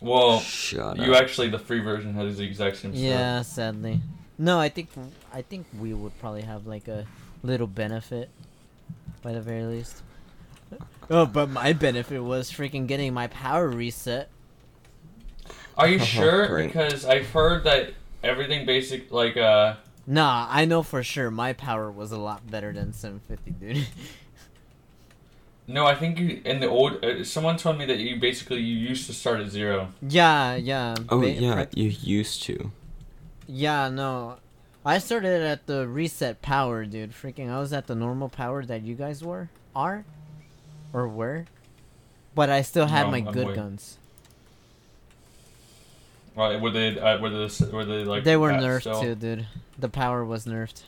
Speaker 1: Well,
Speaker 2: Shut
Speaker 1: Oh, you
Speaker 2: up.
Speaker 1: actually. The free version has the exact same stuff.
Speaker 3: Yeah, sadly. No, I think I think we would probably have like a little benefit, by the very least. Oh, but my benefit was freaking getting my power reset.
Speaker 1: Are you sure?
Speaker 2: Great.
Speaker 1: because I've heard that everything basic, like, uh.
Speaker 3: Nah, I know for sure my power was a lot better than 750, dude.
Speaker 1: No, I think you. In the old. Uh, someone told me that you basically. You used to start at zero.
Speaker 3: yeah, yeah.
Speaker 2: Oh
Speaker 3: ba-
Speaker 2: yeah,
Speaker 3: prac-
Speaker 2: you used to.
Speaker 3: yeah, no. I started at the reset power, dude. Freaking, I was at the normal power that you guys were, are, or were, but I still had
Speaker 1: No,
Speaker 3: my
Speaker 1: I'm
Speaker 3: good
Speaker 1: way-
Speaker 3: guns.
Speaker 1: Right, were they. Uh, were, they were they, like.
Speaker 3: they were
Speaker 1: that
Speaker 3: nerfed
Speaker 1: still?
Speaker 3: too, dude. The power was nerfed.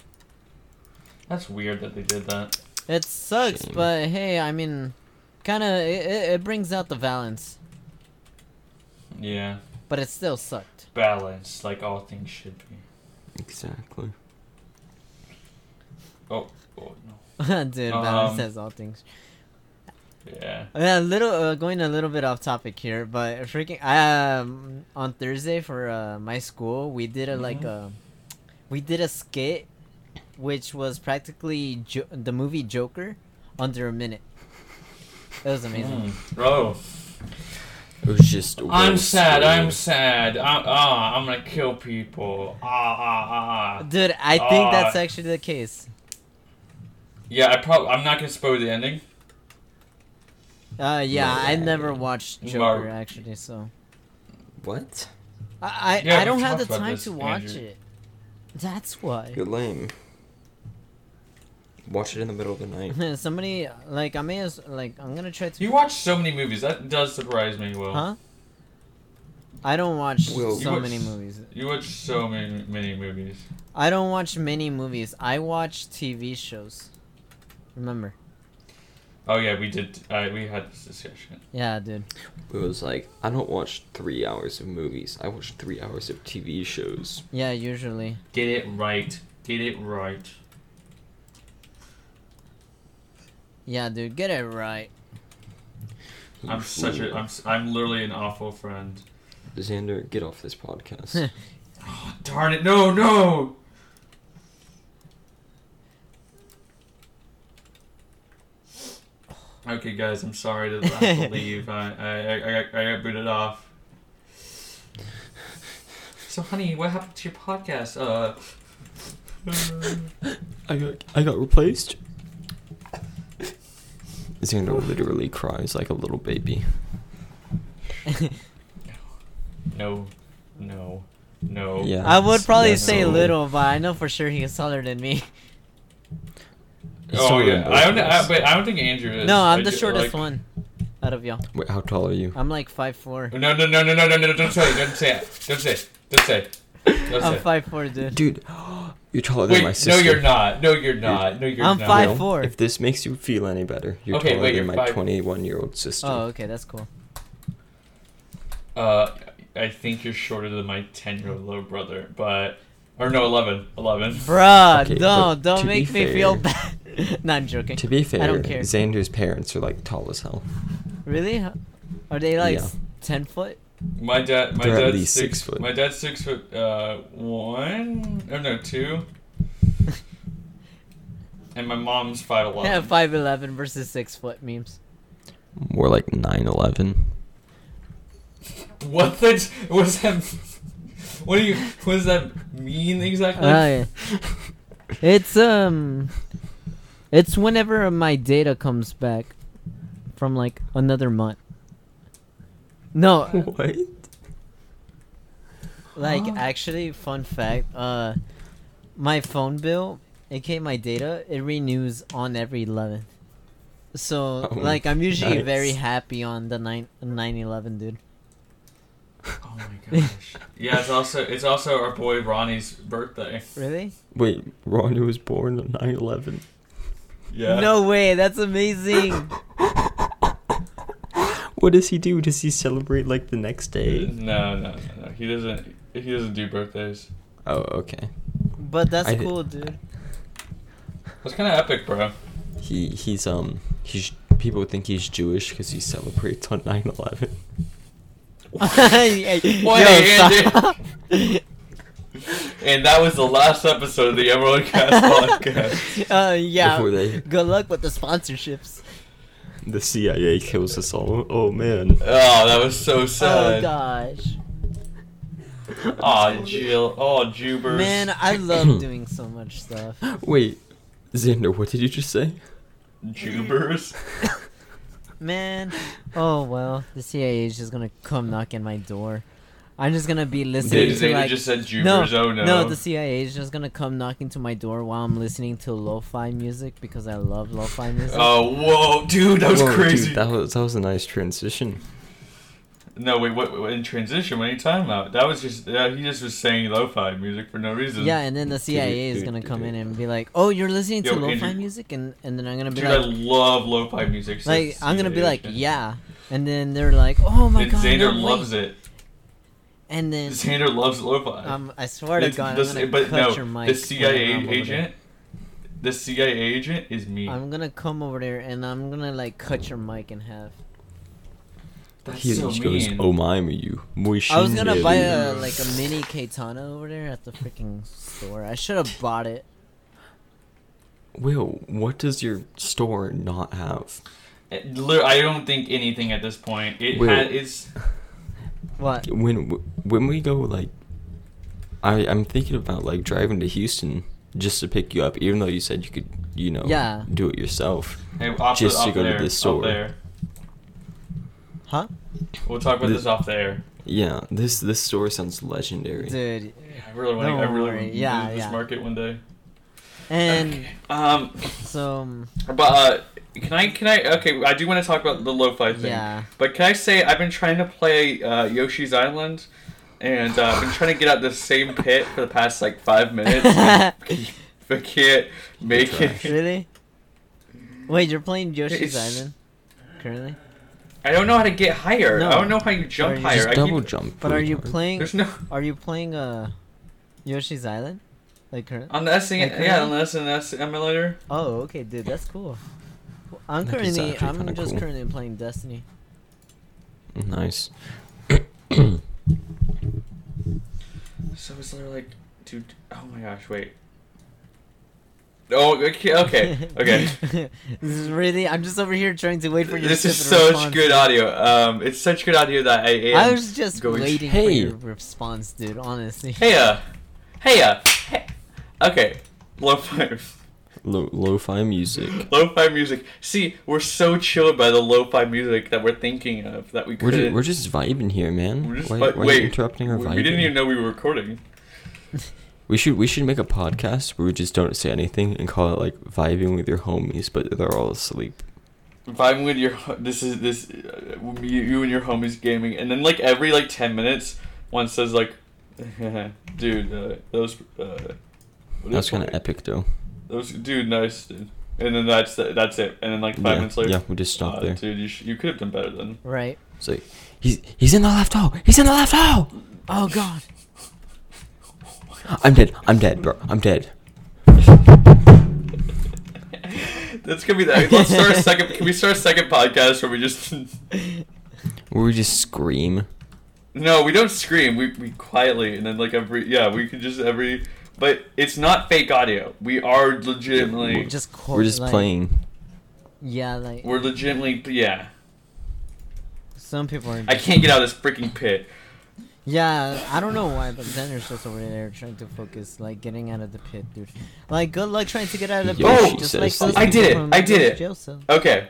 Speaker 1: That's weird that they did that.
Speaker 3: It sucks,
Speaker 2: Shame.
Speaker 3: but hey, I mean, kind of it, it it brings out the balance,
Speaker 1: Yeah,
Speaker 3: but it still sucked.
Speaker 1: balance like all things should be.
Speaker 2: Exactly.
Speaker 1: Oh no.
Speaker 3: dude, balance
Speaker 1: Um,
Speaker 3: says all things.
Speaker 1: Yeah.
Speaker 3: Yeah, a little uh, going a little bit off topic here, but freaking um on Thursday for uh, my school we did a like
Speaker 1: Mm-hmm.
Speaker 3: a we did a skit, which was practically jo- the movie Joker under a minute. It was amazing.
Speaker 1: Mm. Bro,
Speaker 2: It was just.
Speaker 1: I'm
Speaker 2: Will
Speaker 1: sad. I'm
Speaker 2: Smith.
Speaker 1: sad. I'm, ah, I'm gonna kill people. Ah, ah, ah, ah.
Speaker 3: Dude, I think
Speaker 1: Aw.
Speaker 3: that's actually the case.
Speaker 1: Yeah, I probably. I'm not gonna spoil the ending.
Speaker 3: Uh, yeah, I never
Speaker 2: Yeah.
Speaker 3: watched Joker
Speaker 1: Mar-
Speaker 3: actually, so
Speaker 2: What?
Speaker 3: I I,
Speaker 1: Yeah,
Speaker 3: I
Speaker 1: we
Speaker 3: don't have the
Speaker 1: talked about
Speaker 3: time
Speaker 1: this,
Speaker 3: to watch
Speaker 1: Andrew.
Speaker 3: it. That's why.
Speaker 2: You're lame. Watch it in the middle of the night.
Speaker 3: Somebody like I may as like I'm gonna try to.
Speaker 1: You watch so many movies. That does surprise me, Will.
Speaker 3: Huh? I don't watch
Speaker 2: Will-
Speaker 3: so
Speaker 1: You watch-
Speaker 3: many movies.
Speaker 1: You watch so many many movies.
Speaker 3: I don't watch many movies. I watch TV shows. Remember?
Speaker 1: Oh yeah, we did. Uh, we had this discussion.
Speaker 3: Yeah, dude.
Speaker 2: It was like I don't watch three hours of movies. I watch three hours of TV shows.
Speaker 3: Yeah, usually.
Speaker 1: Get it right. Get it right.
Speaker 3: Yeah, dude. Get it right.
Speaker 2: You
Speaker 1: I'm such a.
Speaker 2: fool.
Speaker 1: I'm. s- I'm literally an awful friend.
Speaker 2: Xander, get off this podcast.
Speaker 1: Oh, darn it! No, no. Okay, guys, I'm sorry to have to leave. I, I, I, I got booted off. So, honey, what happened to your podcast? Uh,
Speaker 2: I got I got replaced. Xander literally cries like a little baby.
Speaker 1: no, no, no.
Speaker 2: Yeah.
Speaker 3: I would probably
Speaker 2: Yeah,
Speaker 3: say
Speaker 2: so-
Speaker 3: little, but I know for sure he is taller than me.
Speaker 2: He's
Speaker 1: Oh
Speaker 2: taller than
Speaker 1: yeah.
Speaker 2: both
Speaker 1: I don't.
Speaker 2: of
Speaker 1: I,
Speaker 2: us.
Speaker 1: wait, I don't think Andrew is.
Speaker 3: No, I'm
Speaker 1: I
Speaker 3: the
Speaker 1: ju- like-
Speaker 3: shortest one out of y'all.
Speaker 2: Wait, how tall are you?
Speaker 3: I'm like five four.
Speaker 1: No, no, no, no, no, no, no! Don't say it! Don't say it! Don't say it! Don't say it! Don't say
Speaker 3: I'm
Speaker 1: it.
Speaker 3: five four, dude.
Speaker 2: Dude, you're taller than
Speaker 1: Wait,
Speaker 2: my
Speaker 1: no,
Speaker 2: sister.
Speaker 1: you're not. No, you're not. No, you're
Speaker 3: I'm
Speaker 1: not.
Speaker 3: five-
Speaker 2: Well,
Speaker 3: four.
Speaker 2: If this makes you feel any better, you're
Speaker 1: Okay,
Speaker 2: taller
Speaker 1: wait,
Speaker 2: than
Speaker 1: you're
Speaker 2: my
Speaker 1: five-
Speaker 2: 21 year old sister.
Speaker 3: Oh, okay, that's cool.
Speaker 1: Uh, I think you're shorter than my 10 year old little brother, but. Or no, 11. 11.
Speaker 3: Bruh,
Speaker 2: Okay,
Speaker 3: don't
Speaker 2: but to
Speaker 3: don't
Speaker 2: be
Speaker 3: make me feel
Speaker 2: fair-
Speaker 3: bad. no, I'm joking.
Speaker 2: To be fair,
Speaker 3: I don't care.
Speaker 2: Xander's parents are like tall as hell.
Speaker 3: Really? How- Are they like
Speaker 2: Yeah.
Speaker 3: s- ten foot?
Speaker 1: My dad, my
Speaker 2: They're at
Speaker 1: dad's
Speaker 2: least
Speaker 1: six,
Speaker 2: six foot.
Speaker 1: My dad's six foot uh, one. Oh no, two. and my mom's five eleven.
Speaker 3: Yeah, five eleven versus six foot memes.
Speaker 2: More like nine eleven.
Speaker 1: What the? What's that? What do you? What does that mean
Speaker 2: Oh,
Speaker 1: exactly?
Speaker 3: Uh, it's um, it's whenever my data comes back from like another month. No, uh,
Speaker 2: What?
Speaker 3: like actually, fun fact. Uh, my phone bill, aka my data, it renews on every eleventh. So
Speaker 2: Oh,
Speaker 3: like, I'm usually
Speaker 2: nice.
Speaker 3: very happy on the nine nine eleven, dude.
Speaker 1: Oh my gosh. yeah, it's also it's also our boy Ronnie's birthday.
Speaker 3: Really?
Speaker 2: Wait, Ronnie was born on 9/11.
Speaker 1: Yeah.
Speaker 3: No way! That's amazing.
Speaker 2: What does he do? Does he celebrate like the next day?
Speaker 1: No, no, no, no. He doesn't. He doesn't do birthdays.
Speaker 2: Oh, okay.
Speaker 3: but that's
Speaker 2: I did-
Speaker 3: cool, dude.
Speaker 1: That's kind of epic, bro.
Speaker 2: He he's um he's people think he's Jewish because he celebrates on 9/11.
Speaker 3: Wait,
Speaker 1: Andy. And that was the last episode of the Emerald Cast podcast.
Speaker 3: Uh, yeah.
Speaker 2: Before they-
Speaker 3: Good luck with the sponsorships.
Speaker 2: The CIA kills us all. Oh man.
Speaker 1: Oh, that was so
Speaker 3: Oh
Speaker 1: sad.
Speaker 3: gosh,
Speaker 1: Aw, Jill. Oh, Jubers.
Speaker 3: man, I love doing so much stuff.
Speaker 2: Wait, Xander, what did you just say?
Speaker 1: Jubers.
Speaker 3: Man, oh well, the CIA is just gonna come knock in my door. I'm just gonna be listening
Speaker 1: Dude,
Speaker 3: to
Speaker 1: Xander
Speaker 3: like
Speaker 1: just said
Speaker 3: no,
Speaker 1: Jubers. oh, no.
Speaker 3: the CIA is just gonna come knocking to my door while I'm listening to lo-fi music because I love lo-fi music.
Speaker 1: Oh, whoa. Dude, that was
Speaker 2: Whoa, dude,
Speaker 1: crazy.
Speaker 2: that was that was a nice transition.
Speaker 1: No, wait, what, what- in transition, what are you talking about? That was just, uh, he just was saying lo-fi music for no reason.
Speaker 3: Yeah, and then the CIA is
Speaker 2: do,
Speaker 3: gonna
Speaker 2: do,
Speaker 3: come
Speaker 2: do.
Speaker 3: in and be like, "Oh, you're listening to
Speaker 1: Yo,
Speaker 3: lo-fi
Speaker 1: Andrew-
Speaker 3: music," and and then I'm gonna be
Speaker 1: Dude, I
Speaker 3: like,
Speaker 1: love lo-fi music. so
Speaker 3: like I'm gonna be like,
Speaker 1: serious.
Speaker 3: "Yeah," and then they're like, "Oh my
Speaker 1: and
Speaker 3: god!"
Speaker 1: Xander
Speaker 3: no,
Speaker 1: loves
Speaker 3: wait."
Speaker 1: it.
Speaker 3: And then
Speaker 1: Xander loves lo-fi.
Speaker 3: um, I swear to
Speaker 1: It's-
Speaker 3: God,
Speaker 1: the-
Speaker 3: I'm gonna
Speaker 1: but
Speaker 3: cut
Speaker 1: no,
Speaker 3: your mic.
Speaker 1: the
Speaker 3: when
Speaker 1: CIA
Speaker 3: I'm over there.
Speaker 1: agent, the CIA agent is me.
Speaker 3: I'm gonna come over there and I'm gonna like cut your mic in half.
Speaker 1: That's
Speaker 2: He
Speaker 1: so
Speaker 2: just goes,
Speaker 1: mean.
Speaker 2: "Oh my, are you?"
Speaker 3: I was gonna buy a
Speaker 1: Shinderu.
Speaker 3: like a mini katana over there at the freaking store. I should have bought it.
Speaker 2: Will, what does your store not have?
Speaker 1: It- lit- I don't think anything at this point. It
Speaker 2: Wait.
Speaker 1: ha- it's
Speaker 3: What?
Speaker 2: When when we go like, I I'm thinking about like driving to Houston just to pick you up, even though you said you could you know
Speaker 3: Yeah.
Speaker 2: do it yourself.
Speaker 1: hey, off
Speaker 2: Just
Speaker 1: the,
Speaker 2: to
Speaker 1: off
Speaker 2: go to
Speaker 1: there,
Speaker 2: the
Speaker 1: off
Speaker 2: store.
Speaker 1: there.
Speaker 3: Huh?
Speaker 1: We'll talk about
Speaker 2: The-
Speaker 1: this off the air.
Speaker 2: Yeah, this this store sounds legendary.
Speaker 3: Dude.
Speaker 1: I really want. to. I
Speaker 3: Don't
Speaker 1: really
Speaker 3: worry.
Speaker 1: want to
Speaker 3: Yeah,
Speaker 1: visit
Speaker 3: yeah.
Speaker 1: this market one day.
Speaker 3: And
Speaker 1: Um,
Speaker 3: so um,
Speaker 1: but uh, can I? Can I? Okay, I do want to talk about the lo-fi thing.
Speaker 3: yeah.
Speaker 1: But can I say I've been trying to play uh, Yoshi's Island, and uh, I've been trying to get out the same pit for the past like five minutes. I can't make it.
Speaker 3: really? Wait, you're playing Yoshi's
Speaker 1: It's-
Speaker 3: Island currently?
Speaker 1: I don't know how to get higher.
Speaker 3: No.
Speaker 1: I don't know how you jump
Speaker 3: Or you
Speaker 1: higher.
Speaker 2: Just
Speaker 1: I
Speaker 2: double
Speaker 1: keep,
Speaker 2: jump.
Speaker 3: But are you
Speaker 2: retard.
Speaker 3: playing?
Speaker 1: there's no
Speaker 3: Are you playing uh, Yoshi's Island? Like current?
Speaker 1: on the S
Speaker 3: Like
Speaker 1: yeah
Speaker 3: that?
Speaker 1: on the SNS emulator.
Speaker 3: Oh, okay, dude, that's cool. Well, I'm
Speaker 2: That is
Speaker 3: currently,
Speaker 2: actually
Speaker 3: I'm
Speaker 2: kinda
Speaker 3: just
Speaker 2: cool.
Speaker 3: currently playing Destiny.
Speaker 2: Nice.
Speaker 1: So it's literally like, dude. Oh my gosh, wait. Oh, okay, okay, okay.
Speaker 3: this is really, I'm just over here trying to wait for your.
Speaker 1: this is
Speaker 3: stupid
Speaker 1: such
Speaker 3: response.
Speaker 1: good audio. Um, it's such good audio that I am
Speaker 3: I was just
Speaker 1: going-
Speaker 3: waiting for
Speaker 2: Hey.
Speaker 3: your response, dude. Honestly.
Speaker 1: Heya, heya, hey. Okay, lo-fi,
Speaker 2: Lo- lo-fi music.
Speaker 1: lo-fi music. See, we're so chilled by the lo-fi music that we're thinking of that we
Speaker 2: We're
Speaker 1: couldn't.
Speaker 2: just, we're just vibing here, man.
Speaker 1: we're just
Speaker 2: why,
Speaker 1: vi-
Speaker 2: why are
Speaker 1: wait,
Speaker 2: you interrupting our
Speaker 1: we,
Speaker 2: vibe?
Speaker 1: we didn't even know we were recording.
Speaker 2: We should we should make a podcast where we just don't say anything and call it like vibing with your homies, but they're all asleep.
Speaker 1: Vibing with your ho- this is this uh, you, you and your homies gaming, and then like every like ten minutes, one says like, dude, uh, those. Uh,
Speaker 2: That was kind of epic, though.
Speaker 1: Those dude, nice dude. And then that's the, that's it. And then like five
Speaker 2: yeah,
Speaker 1: minutes later,
Speaker 2: yeah, we just stopped
Speaker 1: "Aw,
Speaker 2: there.
Speaker 1: dude. You, sh- you could have done better then.
Speaker 3: Right.
Speaker 2: It's like he's he's in the left hole. He's in the left hole.
Speaker 3: Oh God.
Speaker 2: I'm dead. I'm dead, bro. I'm dead.
Speaker 1: That's gonna be that. Let's start a second. Can we start a second podcast where we just?
Speaker 2: Where we just scream.
Speaker 1: No, we don't scream. We we quietly and then like every yeah we can just every. But it's not fake audio. We are legitimately.
Speaker 3: just co-
Speaker 2: We're just
Speaker 3: like-
Speaker 2: playing.
Speaker 3: Yeah, like
Speaker 1: We're legitimately yeah.
Speaker 3: some people are.
Speaker 1: I can't get out of this freaking pit.
Speaker 3: Yeah, I don't know why, but then there's just over there trying to focus, like getting out of the pit, dude. Like, good luck trying to get out of the
Speaker 2: Yo,
Speaker 3: pit.
Speaker 1: she
Speaker 3: just
Speaker 2: says
Speaker 3: like those
Speaker 2: something. I
Speaker 1: did
Speaker 3: people
Speaker 1: it,
Speaker 3: from
Speaker 1: I did
Speaker 3: those
Speaker 1: it.
Speaker 3: Jail cell.
Speaker 1: Okay.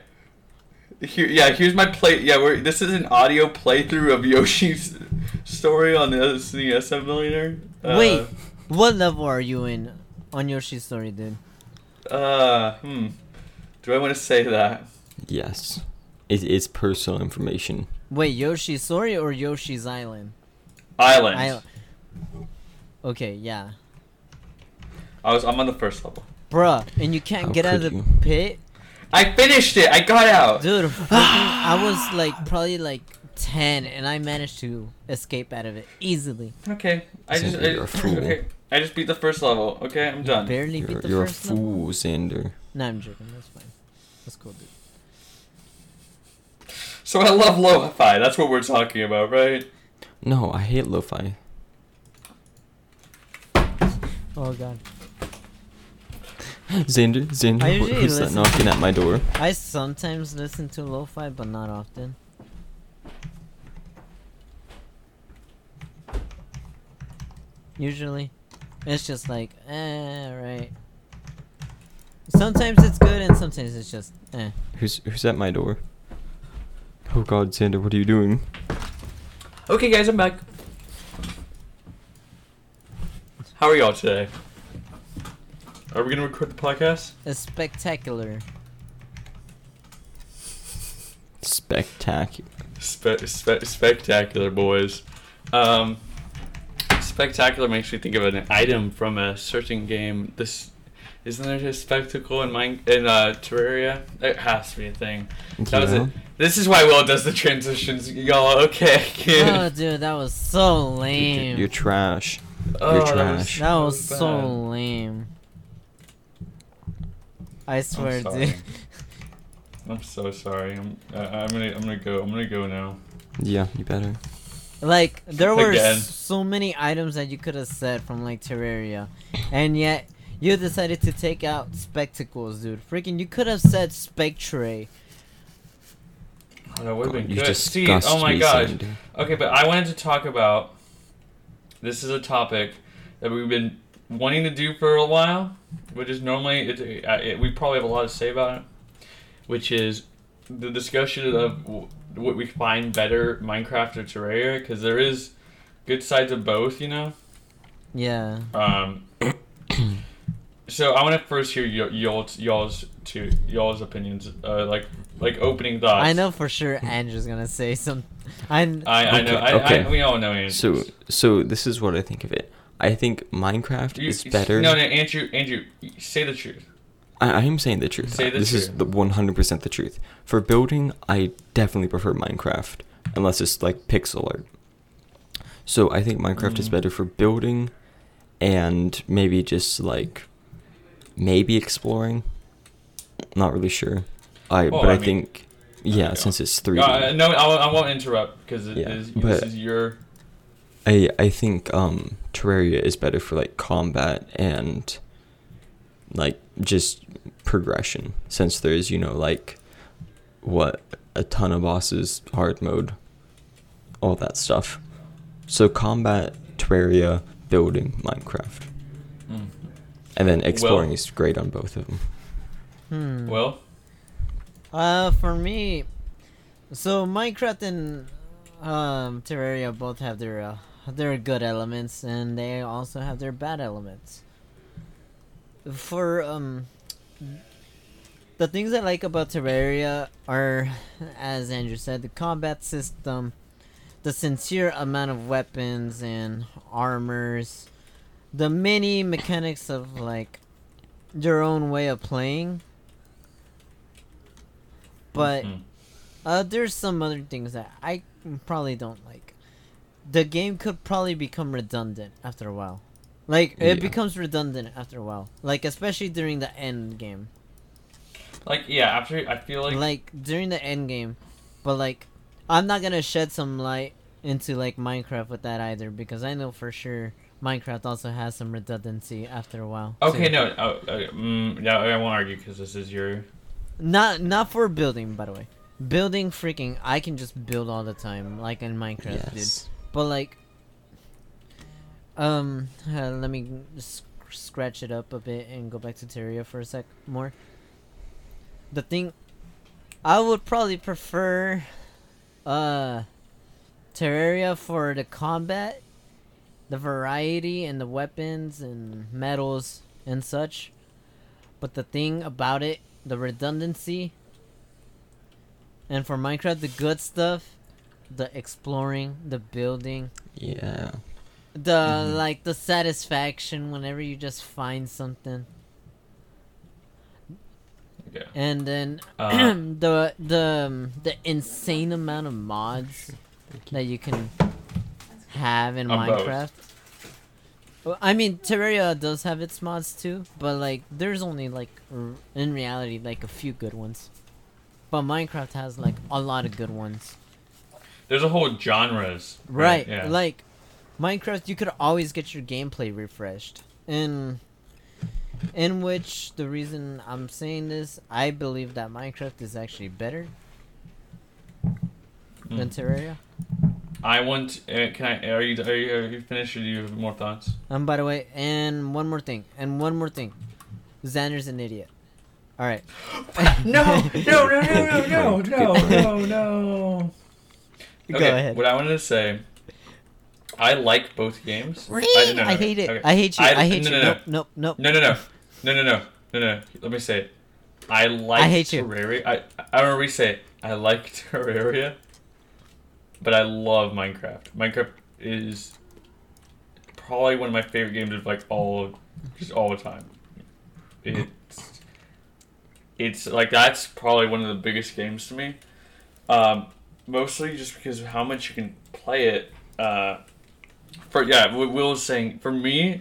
Speaker 1: Here, yeah, here's my play. Yeah, we're, this is an audio playthrough of Yoshi's story on the SNES SM Millionaire. Uh,
Speaker 3: Wait, what level are you in on Yoshi's story, dude?
Speaker 1: Uh, hmm. Do I want to say that?
Speaker 2: Yes. It is personal information.
Speaker 3: Wait, Yoshi's story or Yoshi's Island?
Speaker 1: Island.
Speaker 3: I. Okay, yeah,
Speaker 1: I was. I'm on the first level.
Speaker 3: bruh, and you can't
Speaker 2: How
Speaker 3: get out of the
Speaker 2: could you?
Speaker 3: pit,
Speaker 1: I finished it. I got out.
Speaker 3: dude. freaking- I was like probably like ten, and I managed to escape out of it easily.
Speaker 1: Okay. I
Speaker 2: Xander,
Speaker 1: just. I,
Speaker 2: you're a fool.
Speaker 1: Okay. I just beat the first level. Okay, I'm done.
Speaker 3: Barely
Speaker 2: You're,
Speaker 3: beat the
Speaker 2: you're a
Speaker 3: first level.
Speaker 2: fool, Xander.
Speaker 3: No, I'm joking. That's fine. That's cool, dude.
Speaker 1: So I love lo-fi. That's what we're talking about, right?
Speaker 2: No, I hate lo-fi.
Speaker 3: Oh god.
Speaker 2: Xander, Xander, wh-
Speaker 3: I usually
Speaker 2: who's that
Speaker 3: listen
Speaker 2: knocking
Speaker 3: to-
Speaker 2: at my door?
Speaker 3: I sometimes listen to lo-fi, but not often. Usually, it's just like, eh, right. Sometimes it's good, and sometimes it's just, eh.
Speaker 2: Who's who's at my door? Oh God, Xander, what are you doing?
Speaker 1: Okay, guys, I'm back. How are y'all today? Are we gonna record the podcast?
Speaker 3: It's spectacular.
Speaker 2: Spectacular.
Speaker 1: Spe- spe- spectacular, boys. Um, spectacular makes me think of an item from a certain game. This isn't there just spectacle in mine in uh, Terraria? It has to be a thing. That was
Speaker 2: Yeah.
Speaker 1: it. This is why Will does the transitions. Y'all okay?
Speaker 3: oh, dude, that was so
Speaker 2: You're-
Speaker 3: lame.
Speaker 2: You're trash.
Speaker 1: Oh,
Speaker 2: You're
Speaker 1: that was
Speaker 2: trash.
Speaker 3: that was
Speaker 1: bad.
Speaker 3: so lame. I swear,
Speaker 1: sorry.
Speaker 3: dude.
Speaker 1: I'm so sorry. I'm I, I'm gonna I'm gonna go. I'm gonna go now.
Speaker 2: Yeah, you better.
Speaker 3: Like there were
Speaker 1: Again.
Speaker 3: s- so many items that you could have said from like Terraria, and yet you decided to take out spectacles, dude. Freaking, you could have said spectre.
Speaker 1: Oh, that would have
Speaker 2: God,
Speaker 1: been
Speaker 2: you
Speaker 1: good.
Speaker 2: disgust
Speaker 1: See, oh my
Speaker 2: me,
Speaker 1: gosh.
Speaker 2: Xander.
Speaker 1: Okay, but I wanted to talk about. This is a topic that we've been wanting to do for a while, which is normally it, uh, it, we probably have a lot to say about it, which is the discussion of w- what we find better, Minecraft or Terraria, because there is good sides of both, you know.
Speaker 3: Yeah.
Speaker 1: Um, so I want to first hear y- y'all's y'all's to y'all's opinions, uh, like like opening thoughts.
Speaker 3: I know for sure Andrew's gonna say some. I kn-
Speaker 1: I, I know.
Speaker 2: Okay,
Speaker 1: I,
Speaker 2: okay.
Speaker 1: I, we all know Andrew.
Speaker 2: So, so this is what I think of it. I think Minecraft
Speaker 1: You-
Speaker 2: is
Speaker 1: you-
Speaker 2: better.
Speaker 1: No, no, Andrew, Andrew, say the truth.
Speaker 2: I, I am saying the truth.
Speaker 1: Say the
Speaker 2: this is
Speaker 1: truth.
Speaker 2: the 100% the truth. For building, I definitely prefer Minecraft, unless it's like pixel art. So I think Minecraft is
Speaker 1: Mhm.
Speaker 2: better for building and maybe just like maybe exploring. Not really sure. I
Speaker 1: Well,
Speaker 2: but I,
Speaker 1: I mean-
Speaker 2: think yeah,
Speaker 1: yeah.
Speaker 2: since it's 3D.
Speaker 1: Uh, no, I, won't- I won't interrupt because
Speaker 2: Yeah,
Speaker 1: this
Speaker 2: but-
Speaker 1: is your.
Speaker 2: I I think um Terraria is better for like combat and like just progression since there's you know like what a ton of bosses hard mode all that stuff so combat terraria building minecraft
Speaker 1: Mm.
Speaker 2: and then exploring
Speaker 1: Well-
Speaker 2: is great on both of them
Speaker 3: hmm.
Speaker 1: Well,
Speaker 3: Uh, for me, so Minecraft and um, Terraria both have their uh, their good elements, and they also have their bad elements. For um, the things I like about Terraria are, as Andrew said, the combat system, the sincere amount of weapons and armors, the mini mechanics of like your own way of playing. But
Speaker 1: mm.
Speaker 3: uh, there's some other things that I probably don't like. The game could probably become redundant after a while. Like it
Speaker 2: Yeah.
Speaker 3: becomes redundant after a while. Like especially during the end game.
Speaker 1: Like yeah, after I feel like,
Speaker 3: like during the end game, but like I'm not gonna shed some light into like Minecraft with that either because I know for sure Minecraft also has some redundancy after a while.
Speaker 1: okay,
Speaker 3: too.
Speaker 1: no, oh, okay, mm, no, I won't argue because this is your
Speaker 3: Not not for building, by the way. Building freaking I can just build all the time, like in Minecraft,
Speaker 2: Yes.
Speaker 3: dude. But like um uh, let me sc- scratch it up a bit and go back to Terraria for a sec more. The thing I would probably prefer uh Terraria for the combat, the variety and the weapons and metals and such. But the thing about it, the redundancy, and for Minecraft, the good stuff, the exploring, the building,
Speaker 2: Yeah.
Speaker 3: the
Speaker 1: Mm-hmm.
Speaker 3: like the satisfaction whenever you just find something,
Speaker 1: yeah.
Speaker 3: and then
Speaker 1: Uh,
Speaker 3: the the um, the insane amount of mods that you can have in
Speaker 1: On both.
Speaker 3: Minecraft. Well, I mean, Terraria does have its mods too, but like, there's only like, r- in reality, like a few good ones. But Minecraft has like a lot of good ones.
Speaker 1: There's a whole genres.
Speaker 3: Right.
Speaker 1: Yeah.
Speaker 3: Like Minecraft, you could always get your gameplay refreshed. In in which the reason I'm saying this, I believe that Minecraft is actually better than
Speaker 1: Mm.
Speaker 3: Terraria.
Speaker 1: I want. Uh, can I? Are you? Are you? Are you finished? Or do you have more thoughts?
Speaker 3: And by the way, and one more thing, and one more thing, Xander's an idiot. All right.
Speaker 1: no, no,
Speaker 2: no, no, no, no,
Speaker 1: no.
Speaker 3: Go
Speaker 1: okay,
Speaker 3: ahead.
Speaker 1: What I wanted to say, I like both games.
Speaker 3: I,
Speaker 1: no, no, no,
Speaker 3: hate it.
Speaker 1: okay.
Speaker 3: I hate you. I,
Speaker 1: I-
Speaker 3: hate
Speaker 1: no,
Speaker 3: you.
Speaker 1: no, no.
Speaker 3: Nope, nope, nope.
Speaker 1: No, no, no, no, no, no, no, no. Let me say it. I like
Speaker 3: I hate you.
Speaker 1: Terraria. I I don't re say it. I like Terraria, but I love Minecraft. Minecraft is probably one of my favorite games of like all just all the time. It's it's like that's probably one of the biggest games to me. Um, mostly just because of how much you can play it. Uh, for yeah, Wi- Will was saying for me,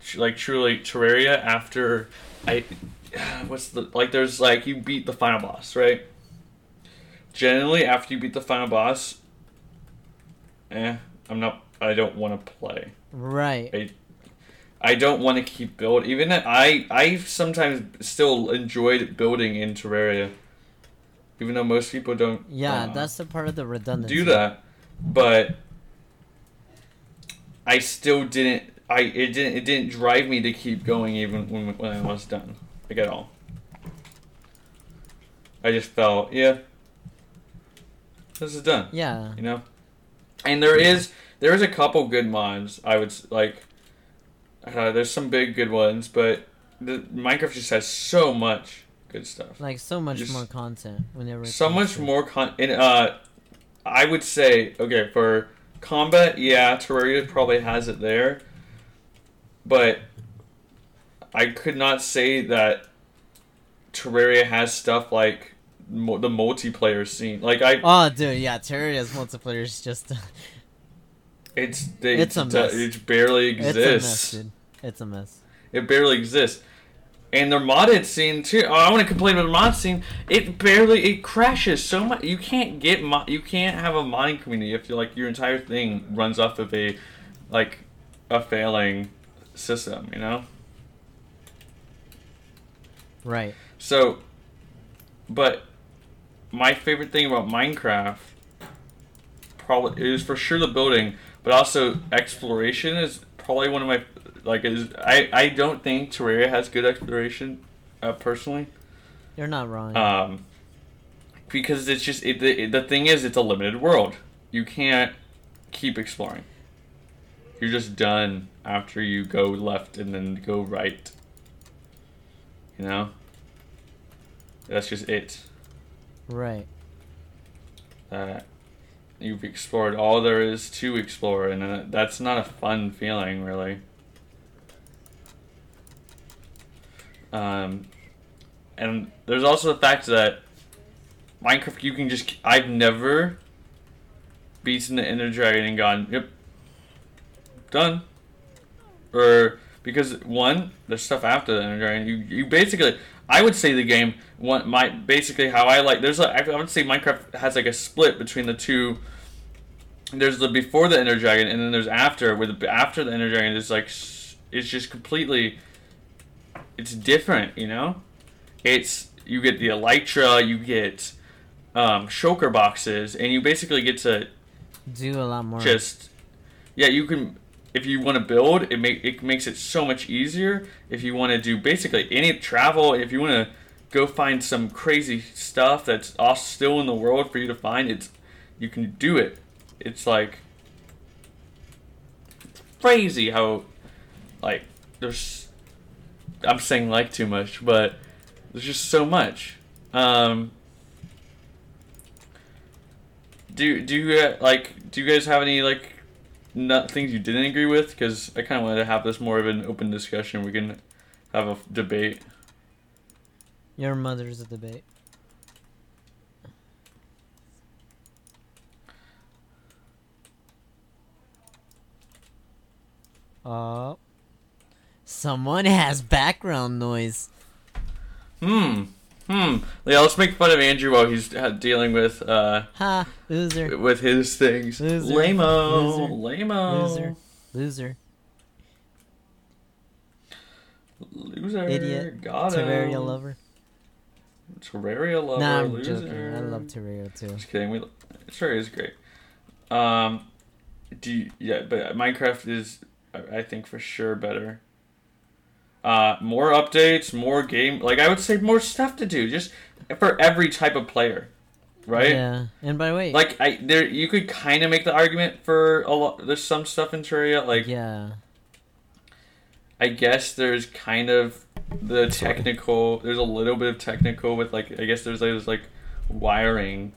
Speaker 1: tr- like truly Terraria after I what's the like there's like you beat the final boss, right? Generally after you beat the final boss, eh, I'm not I don't want to play.
Speaker 3: Right.
Speaker 1: I don't want to keep build. Even if I I sometimes still enjoyed building in Terraria, even though most people don't.
Speaker 3: Yeah,
Speaker 1: uh,
Speaker 3: that's the part of the redundancy.
Speaker 1: do that, but I still didn't. I it didn't it didn't drive me to keep going even when when I was done like at all. I just felt yeah, this is done
Speaker 3: Yeah.
Speaker 1: you know and there is there is a couple good mods i would s- like uh, there's some big good ones but the, minecraft just has so much good stuff
Speaker 3: like so much
Speaker 1: Just-
Speaker 3: more content whenever it
Speaker 1: so
Speaker 3: comes
Speaker 1: much
Speaker 3: to-
Speaker 1: more con and uh i would say okay for combat yeah terraria probably has it there but i could not say that terraria has stuff like mo- the multiplayer scene like i
Speaker 3: oh dude yeah terraria's multiplayer is just
Speaker 1: It's they, it's
Speaker 3: It's a mess.
Speaker 1: It barely
Speaker 3: it's
Speaker 1: exists.
Speaker 3: a mess dude it's a mess
Speaker 1: It barely exists. And their modded scene too. Oh, I want to complain about the mod scene. It barely it crashes so much. You can't get mo- you can't have a modding community if you like your entire thing runs off of a like a failing system. You know.
Speaker 3: right
Speaker 1: So, but my favorite thing about Minecraft probably is for sure the building, but also exploration is probably one of my like is I I don't think Terraria has good exploration uh, personally.
Speaker 3: you're not wrong
Speaker 1: Um, because it's just it, the, the thing is it's a limited world. You can't keep exploring. You're just done after you go left and then go right. You know. That's just it.
Speaker 3: right
Speaker 1: Uh, you've explored all there is to explore, and uh, that's not a fun feeling, really. Um, and there's also the fact that Minecraft, you can just. I've never beaten the Ender Dragon and gone, yep, done. Or. Because one, there's stuff after the Ender Dragon. You, you basically, I would say the game one my basically how I like. There's a, I would say Minecraft has like a split between the two. There's the before the Ender Dragon and then there's after. With after the Ender Dragon is like s- it's just completely. It's different, you know. It's you get the Elytra, you get um, Shulker boxes, and you basically get to
Speaker 3: Do a lot more.
Speaker 1: just yeah you can if you want to build it make it makes it so much easier if you want to do basically any travel if you want to go find some crazy stuff that's all still in the world for you to find it's you can do it it's like it's crazy how like there's i'm saying like too much but there's just so much um do do you uh, like do you guys have any like not things you didn't agree with? Because I kind of wanted to have this more of an open discussion. We can have a f- debate.
Speaker 3: Your mother's a debate. Oh. Someone has background noise.
Speaker 1: Hmm. Hmm. Yeah, let's make fun of Andrew while he's uh, dealing with uh
Speaker 3: Ha! Loser.
Speaker 1: with his things.
Speaker 3: Loser.
Speaker 1: Lamo.
Speaker 3: Loser.
Speaker 1: Lamo.
Speaker 3: Loser. Loser.
Speaker 1: Loser.
Speaker 3: Idiot.
Speaker 1: Got
Speaker 3: Terraria
Speaker 1: him.
Speaker 3: lover.
Speaker 1: Terraria lover.
Speaker 3: Nah, I'm
Speaker 1: loser.
Speaker 3: joking. I love Terraria too.
Speaker 1: Just kidding. We Terraria is great. Um, do you, yeah, but Minecraft is I I think for sure better. Uh, more updates, more game. Like I would say, more stuff to do, just for every type of player, right?
Speaker 3: Yeah. And by the way,
Speaker 1: Like I there, you could kind of make the argument for a lot. There's some stuff in Terraria. Like
Speaker 3: yeah.
Speaker 1: I guess there's kind of the
Speaker 2: Sorry.
Speaker 1: technical. There's a little bit of technical with like I guess there's like, there's like wiring,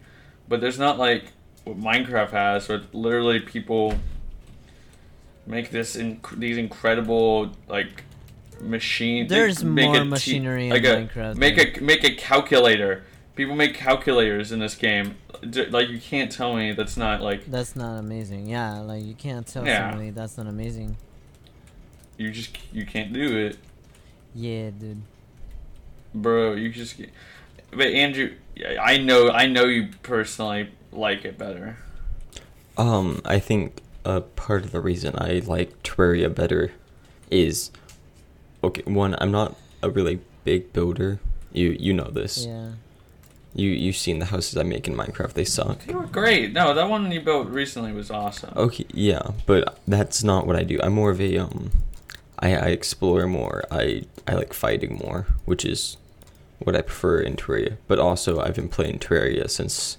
Speaker 1: but there's not like what Minecraft has, where literally people make this in these incredible like machine. they
Speaker 3: There's
Speaker 1: make
Speaker 3: more
Speaker 1: a t-
Speaker 3: machinery in
Speaker 1: like a,
Speaker 3: Minecraft
Speaker 1: Make a make a calculator. People make calculators in this game. D- Like you can't tell me that's not like
Speaker 3: That's not amazing. Yeah, like you can't tell
Speaker 1: Yeah.
Speaker 3: somebody that's not amazing.
Speaker 1: you just you can't do it.
Speaker 3: Yeah, dude.
Speaker 1: bro you just get but andrew i know i know you personally like it better
Speaker 2: Um, I think uh, part of the reason I like Terraria better is okay. One, I'm not a really big builder. You you know this.
Speaker 3: Yeah.
Speaker 2: You you've seen the houses I make in Minecraft. They suck.
Speaker 1: you were great no that one you built recently was awesome
Speaker 2: Okay, yeah, but that's not what I do. I'm more of a um, I, I explore more. I I like fighting more, which is what I prefer in Terraria. But also, I've been playing Terraria since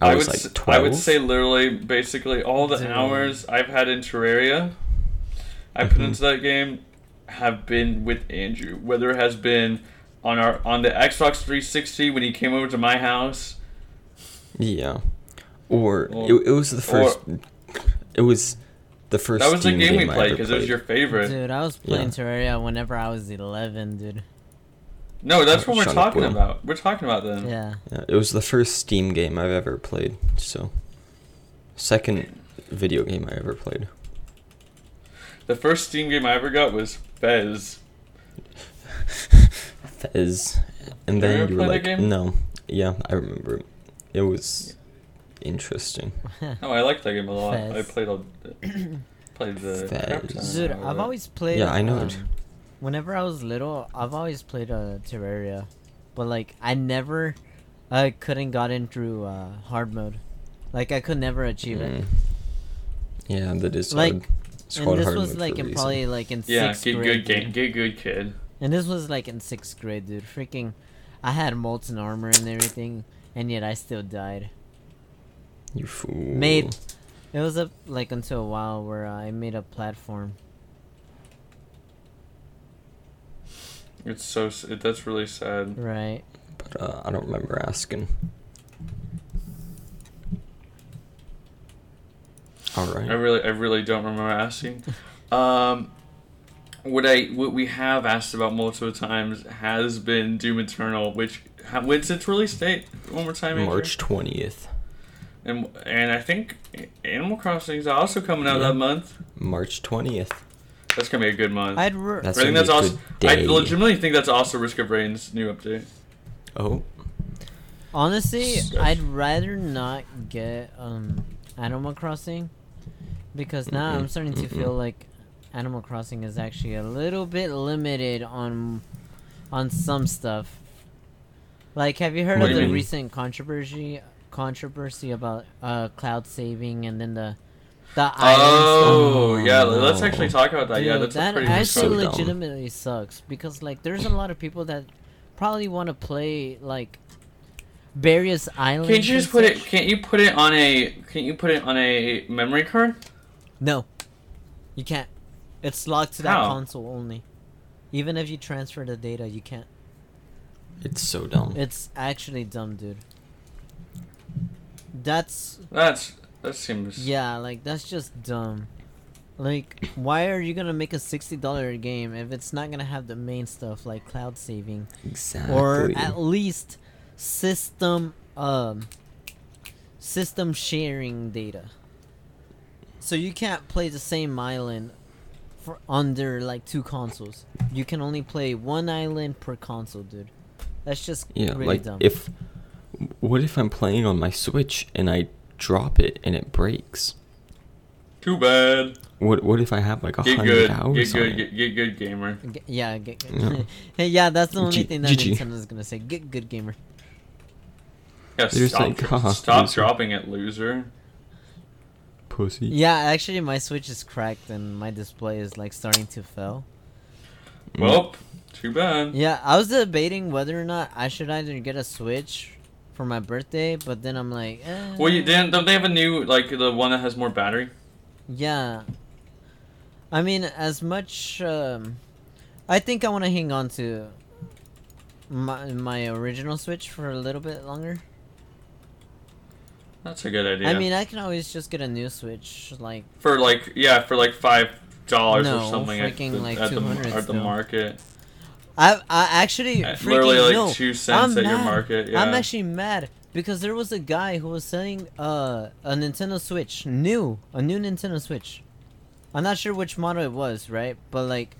Speaker 2: I, was
Speaker 1: would
Speaker 2: like
Speaker 1: s-
Speaker 2: twelve.
Speaker 1: I would say literally basically all the
Speaker 3: Dude.
Speaker 1: hours I've had in Terraria, I put
Speaker 2: Mhm.
Speaker 1: into that game, have been with Andrew. Whether it has been on our on the Xbox 360 when he came over to my house,
Speaker 2: yeah, or
Speaker 1: Or-
Speaker 2: it, it was the first. it was the first.
Speaker 1: that was the
Speaker 2: Steam
Speaker 1: game we
Speaker 2: I
Speaker 1: played
Speaker 2: ever
Speaker 1: because it was your favorite.
Speaker 3: Dude, I was playing
Speaker 2: Yeah.
Speaker 3: Terraria whenever I was 11, dude.
Speaker 1: No, that's what we're
Speaker 2: Shut up,
Speaker 1: talking
Speaker 2: Will.
Speaker 1: about. We're talking about them.
Speaker 3: Yeah.
Speaker 2: Yeah, it was the first Steam game I've ever played. So, second video game I ever played.
Speaker 1: The first Steam game I ever got was Fez.
Speaker 2: Fez. And
Speaker 1: Did you
Speaker 2: then
Speaker 1: ever
Speaker 2: you were
Speaker 1: play
Speaker 2: like,
Speaker 1: that game?
Speaker 2: no. Yeah, I remember. it. It was interesting.
Speaker 1: No, I liked that game a lot.
Speaker 3: Fez.
Speaker 1: I played all, played the. crap ton
Speaker 2: Fez.
Speaker 3: Dude,
Speaker 1: of
Speaker 3: I've
Speaker 1: it.
Speaker 3: always played.
Speaker 2: Uh,
Speaker 3: um,
Speaker 2: Yeah, I know it.
Speaker 3: whenever I was little, I've always played uh, Terraria, but like I never, I couldn't got in through uh, hard mode. Like I could never achieve it.
Speaker 2: Mm. Yeah, that is
Speaker 3: Like,
Speaker 2: hard. It's
Speaker 3: And
Speaker 2: called
Speaker 3: this
Speaker 2: hard
Speaker 3: was
Speaker 2: mode
Speaker 3: like
Speaker 2: for a
Speaker 3: in
Speaker 2: reason.
Speaker 3: probably like in
Speaker 1: Yeah,
Speaker 3: sixth
Speaker 1: get
Speaker 3: grade.
Speaker 1: good, game,
Speaker 3: dude.
Speaker 1: get good, kid.
Speaker 3: And this was like in sixth grade, dude. Freaking, I had molten armor and everything, and yet I still died.
Speaker 2: You fool.
Speaker 3: Made. It was up like until a while where I made a platform.
Speaker 1: It's so s- it, that's really sad.
Speaker 3: Right.
Speaker 2: But uh, I don't remember asking. Alright.
Speaker 1: I really I really don't remember asking. Um, what I what we have asked about multiple times has been Doom Eternal, which ha- when's its release date? One more time, Andrew?
Speaker 2: March 20th.
Speaker 1: And and I think Animal Crossing is also coming out
Speaker 2: Yeah.
Speaker 1: that month.
Speaker 2: March 20th.
Speaker 1: That's gonna be a good month. I,
Speaker 3: I'd re-
Speaker 2: That's
Speaker 1: think
Speaker 2: gonna
Speaker 1: that's
Speaker 2: be a
Speaker 1: also.
Speaker 2: good
Speaker 1: I
Speaker 2: day.
Speaker 1: legitimately think that's also Risk of Rain's new update.
Speaker 2: Oh,
Speaker 3: honestly,
Speaker 1: Yes.
Speaker 3: I'd rather not get um Animal Crossing because now I'm
Speaker 2: Mm-mm,
Speaker 3: starting to
Speaker 2: mm-mm.
Speaker 3: feel like Animal Crossing is actually a little bit limited on on some stuff. Like, have you heard
Speaker 2: What
Speaker 3: of
Speaker 1: do you
Speaker 3: the
Speaker 1: mean?
Speaker 3: recent controversy controversy about uh cloud saving and then the the islands? Um,
Speaker 1: Oh, yeah, let's
Speaker 2: no.
Speaker 1: actually talk about that. yeah, that's
Speaker 3: that
Speaker 1: a pretty
Speaker 3: actually
Speaker 1: good
Speaker 2: So dumb.
Speaker 3: legitimately sucks because like there's a lot of people that probably want to play like various islands.
Speaker 1: Can't you
Speaker 3: and
Speaker 1: just put it?
Speaker 3: such.
Speaker 1: Can't you put it on a? Can't you put it on a memory card?
Speaker 3: No, you can't. It's locked to that
Speaker 1: How?
Speaker 3: console only. Even if you transfer the data, you can't.
Speaker 2: it's so dumb.
Speaker 3: It's actually dumb, dude. That's
Speaker 1: That's that seems.
Speaker 3: yeah, like that's just dumb. Like, why are you gonna make a sixty dollar game if it's not gonna have the main stuff like cloud saving?
Speaker 2: exactly.
Speaker 3: or at least system um system sharing data so you can't play the same island for under like two consoles you can only play one island per console dude that's just
Speaker 2: yeah,
Speaker 3: really
Speaker 2: like
Speaker 3: dumb
Speaker 2: if what if I'm playing on my Switch and I drop it and it breaks?
Speaker 1: Too bad.
Speaker 2: What what if I have like a
Speaker 1: Get
Speaker 2: hundred
Speaker 1: good.
Speaker 2: hours
Speaker 1: Get
Speaker 2: on
Speaker 1: good.
Speaker 2: it?
Speaker 1: Get, get good, gamer.
Speaker 3: G- yeah g-
Speaker 2: Yeah.
Speaker 3: hey yeah that's the only
Speaker 2: G-
Speaker 3: thing that
Speaker 2: GG.
Speaker 3: nintendo's gonna say good good gamer
Speaker 1: Yeah,
Speaker 2: They're just
Speaker 1: stop,
Speaker 2: like, haha,
Speaker 1: stop
Speaker 2: loser.
Speaker 1: dropping it, loser.
Speaker 2: Pussy.
Speaker 3: yeah actually my switch is cracked and my display is like starting to fail
Speaker 2: Mm.
Speaker 1: Well, too bad.
Speaker 3: Yeah, I was debating whether or not I should either get a Switch for my birthday, but then I'm like, eh.
Speaker 1: Well, you didn't. Don't they have a new like the one that has more battery?
Speaker 3: Yeah. I mean, as much, um, I think I want to hang on to my my original Switch for a little bit longer.
Speaker 1: That's a good idea.
Speaker 3: I mean, I can always just get a new Switch, like
Speaker 1: for like yeah, for like five dollars or
Speaker 3: No,
Speaker 1: something at
Speaker 3: freaking
Speaker 1: the,
Speaker 3: like
Speaker 1: at, the,
Speaker 3: 200
Speaker 1: at the
Speaker 3: still.
Speaker 1: market.
Speaker 3: I I actually
Speaker 1: At
Speaker 3: freaking
Speaker 1: Uh, literally like
Speaker 3: no.
Speaker 1: two cents
Speaker 3: I'm
Speaker 1: at your
Speaker 3: mad.
Speaker 1: market. Yeah.
Speaker 3: I'm actually mad because there was a guy who was selling uh, a Nintendo Switch, new, a new Nintendo Switch. I'm not sure which model it was, right? But like,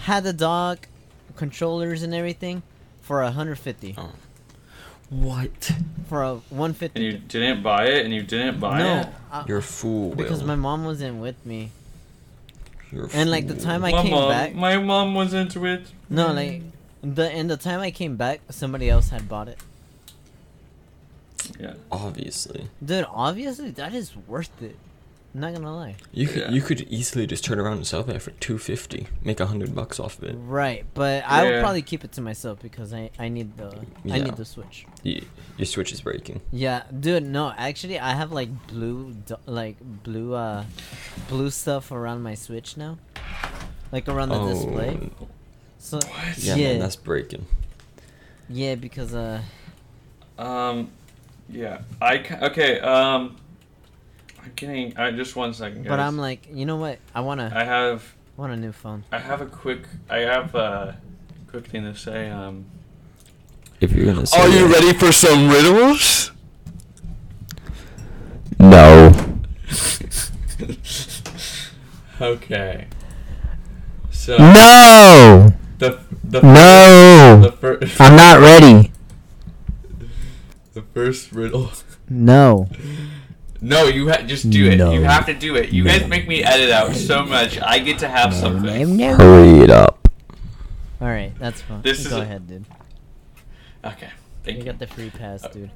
Speaker 3: had the dock, controllers and everything, for 150,
Speaker 2: Oh. What?
Speaker 3: for a 150.
Speaker 1: and you didn't buy it, and you didn't buy it.
Speaker 3: no, I-
Speaker 2: You're a fool.
Speaker 3: because
Speaker 2: Will.
Speaker 3: my mom wasn't with me,
Speaker 2: You're a
Speaker 3: and like the
Speaker 2: fool.
Speaker 3: time I
Speaker 1: my
Speaker 3: came
Speaker 1: mom,
Speaker 3: back,
Speaker 1: my mom was into it.
Speaker 3: no, like the and the time I came back, somebody else had bought it.
Speaker 1: Yeah.
Speaker 2: obviously
Speaker 3: Dude, obviously that is worth it. I'm not gonna lie.
Speaker 2: you could
Speaker 1: Yeah.
Speaker 2: you could easily just turn around and sell that for two fifty, make a hundred bucks off of it.
Speaker 3: Right, but I would
Speaker 1: Yeah.
Speaker 3: probably keep it to myself because I I need the I
Speaker 2: Yeah.
Speaker 3: need the switch.
Speaker 2: You, your switch is breaking.
Speaker 3: Yeah, dude. No, actually, I have like blue do- like blue uh blue stuff around my switch now, like around the
Speaker 2: Oh,
Speaker 3: display. So
Speaker 2: yeah,
Speaker 3: yeah,
Speaker 2: man,
Speaker 3: yeah,
Speaker 2: that's breaking.
Speaker 3: because uh
Speaker 1: Um, yeah. I ca- okay. Um, I'm getting. I just one second. Guys.
Speaker 3: but I'm like you know what I wanna
Speaker 1: I have.
Speaker 3: I want a new phone.
Speaker 1: I have a quick. I have a quick thing to say. Um.
Speaker 2: If you're gonna,
Speaker 1: ready for some riddles?
Speaker 2: No.
Speaker 1: Okay. So
Speaker 5: No!
Speaker 1: the the
Speaker 5: No!
Speaker 1: the first
Speaker 5: I'm not ready.
Speaker 1: the first riddle.
Speaker 3: No,
Speaker 1: No, you ha- just do it. You
Speaker 5: No.
Speaker 1: have to do it. You guys make me edit out so much. I get to have something.
Speaker 5: Hurry it up.
Speaker 3: all right, that's fine.
Speaker 1: This is
Speaker 3: Go
Speaker 1: a-
Speaker 3: ahead, dude.
Speaker 1: Okay.
Speaker 3: You
Speaker 1: Thank you.
Speaker 3: got the free pass, dude.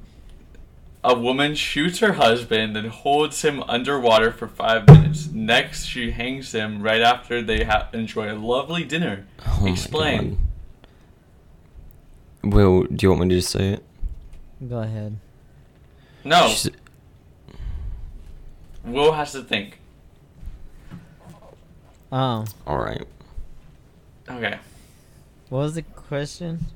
Speaker 1: A woman shoots her husband and holds him underwater for five minutes. Next, she hangs him right after they ha- enjoy a lovely dinner.
Speaker 3: Oh
Speaker 2: Oh
Speaker 1: Explain.
Speaker 2: Will, do you want me to just say it?
Speaker 3: Go ahead. Oh.
Speaker 1: No,
Speaker 2: She's-
Speaker 1: Will has to think.
Speaker 3: Oh,
Speaker 2: all right.
Speaker 1: Okay.
Speaker 3: what was the question?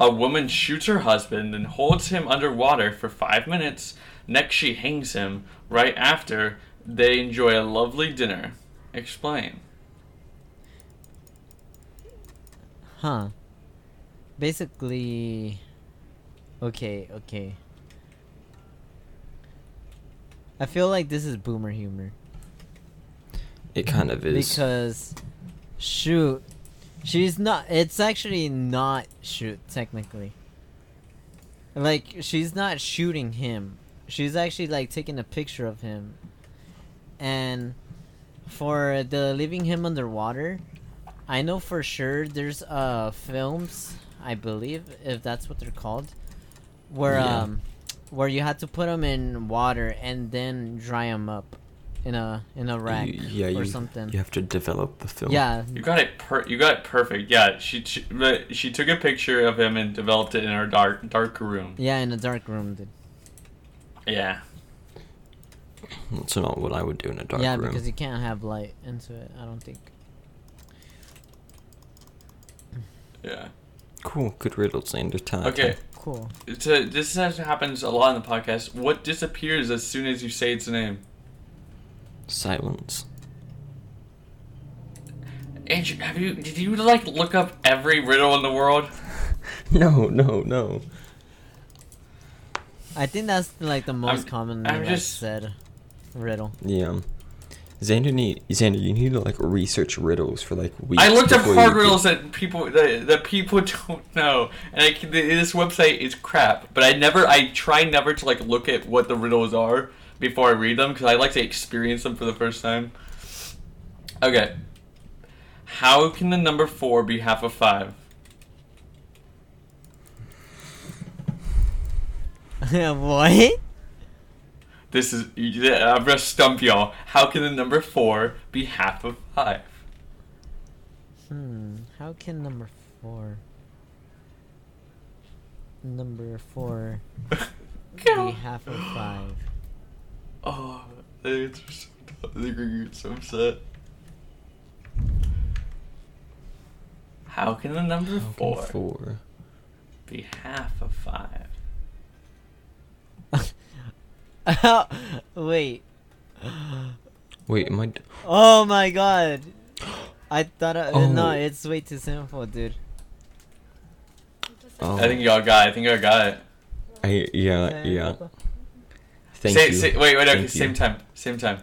Speaker 1: A woman shoots her husband and holds him underwater for five minutes. Next, she hangs him right after they enjoy a lovely dinner. Explain.
Speaker 3: Huh. Basically. Okay, okay. I feel like this is boomer humor.
Speaker 2: It kind of is.
Speaker 3: because shoot she's not it's actually not shoot technically like she's not shooting him she's actually like taking a picture of him and for the leaving him underwater i know for sure there's uh films i believe if that's what they're called where
Speaker 2: Yeah.
Speaker 3: um where you had to put him in water and then dry him up in a in a rack
Speaker 2: You- yeah,
Speaker 3: or
Speaker 2: you,
Speaker 3: something
Speaker 2: you have to develop the film.
Speaker 3: yeah,
Speaker 1: You got it. Per- you got it perfect. Yeah, she, she but she took a picture of him and developed it in her dark dark room.
Speaker 3: yeah, in a dark room, dude.
Speaker 1: Yeah.
Speaker 2: It's not what I would do in a dark
Speaker 3: yeah,
Speaker 2: room.
Speaker 3: because you can't have light into it. I don't think.
Speaker 1: Yeah.
Speaker 2: Cool. Good riddles, Neanderthal.
Speaker 1: Okay.
Speaker 3: Cool.
Speaker 1: So this actually happens a lot in the podcast. What disappears as soon as you say its name?
Speaker 2: Silence.
Speaker 1: Andrew, have you did you like look up every riddle in the world?
Speaker 2: No, no, no.
Speaker 3: I think that's like the most
Speaker 1: I'm-
Speaker 3: common
Speaker 1: I'm
Speaker 3: like,
Speaker 1: just-
Speaker 3: said riddle.
Speaker 2: Yeah. Xander, need, Xander, you need to like research riddles for like weeks.
Speaker 1: I looked up
Speaker 2: before you
Speaker 1: hard
Speaker 2: do-
Speaker 1: riddles that people that, that people don't know, and I, can- this website is crap. But I never, I try never to like look at what the riddles are before I read them because I like to experience them for the first time. Okay, how can the number four be half of five?
Speaker 3: what?
Speaker 1: This is you- I'm gonna stump y'all. How can the number four be half of five?
Speaker 3: Hmm. How can number four? Number four be half of five.
Speaker 1: Oh, they're so, they're gonna get so upset. How can the number
Speaker 2: How can
Speaker 1: four,
Speaker 2: Four.
Speaker 1: be half of five?
Speaker 3: Wait.
Speaker 2: Wait, am I? d-
Speaker 3: Oh my god. I thought I, no,
Speaker 2: Oh.
Speaker 3: it's way too simple, dude.
Speaker 2: Oh,
Speaker 1: I think y'all got. It. I think y'all got it.
Speaker 2: I- yeah, Uh, yeah. Thank
Speaker 1: say,
Speaker 2: you.
Speaker 1: say- wait, wait. Okay,
Speaker 2: Thank you.
Speaker 1: same time. Same time.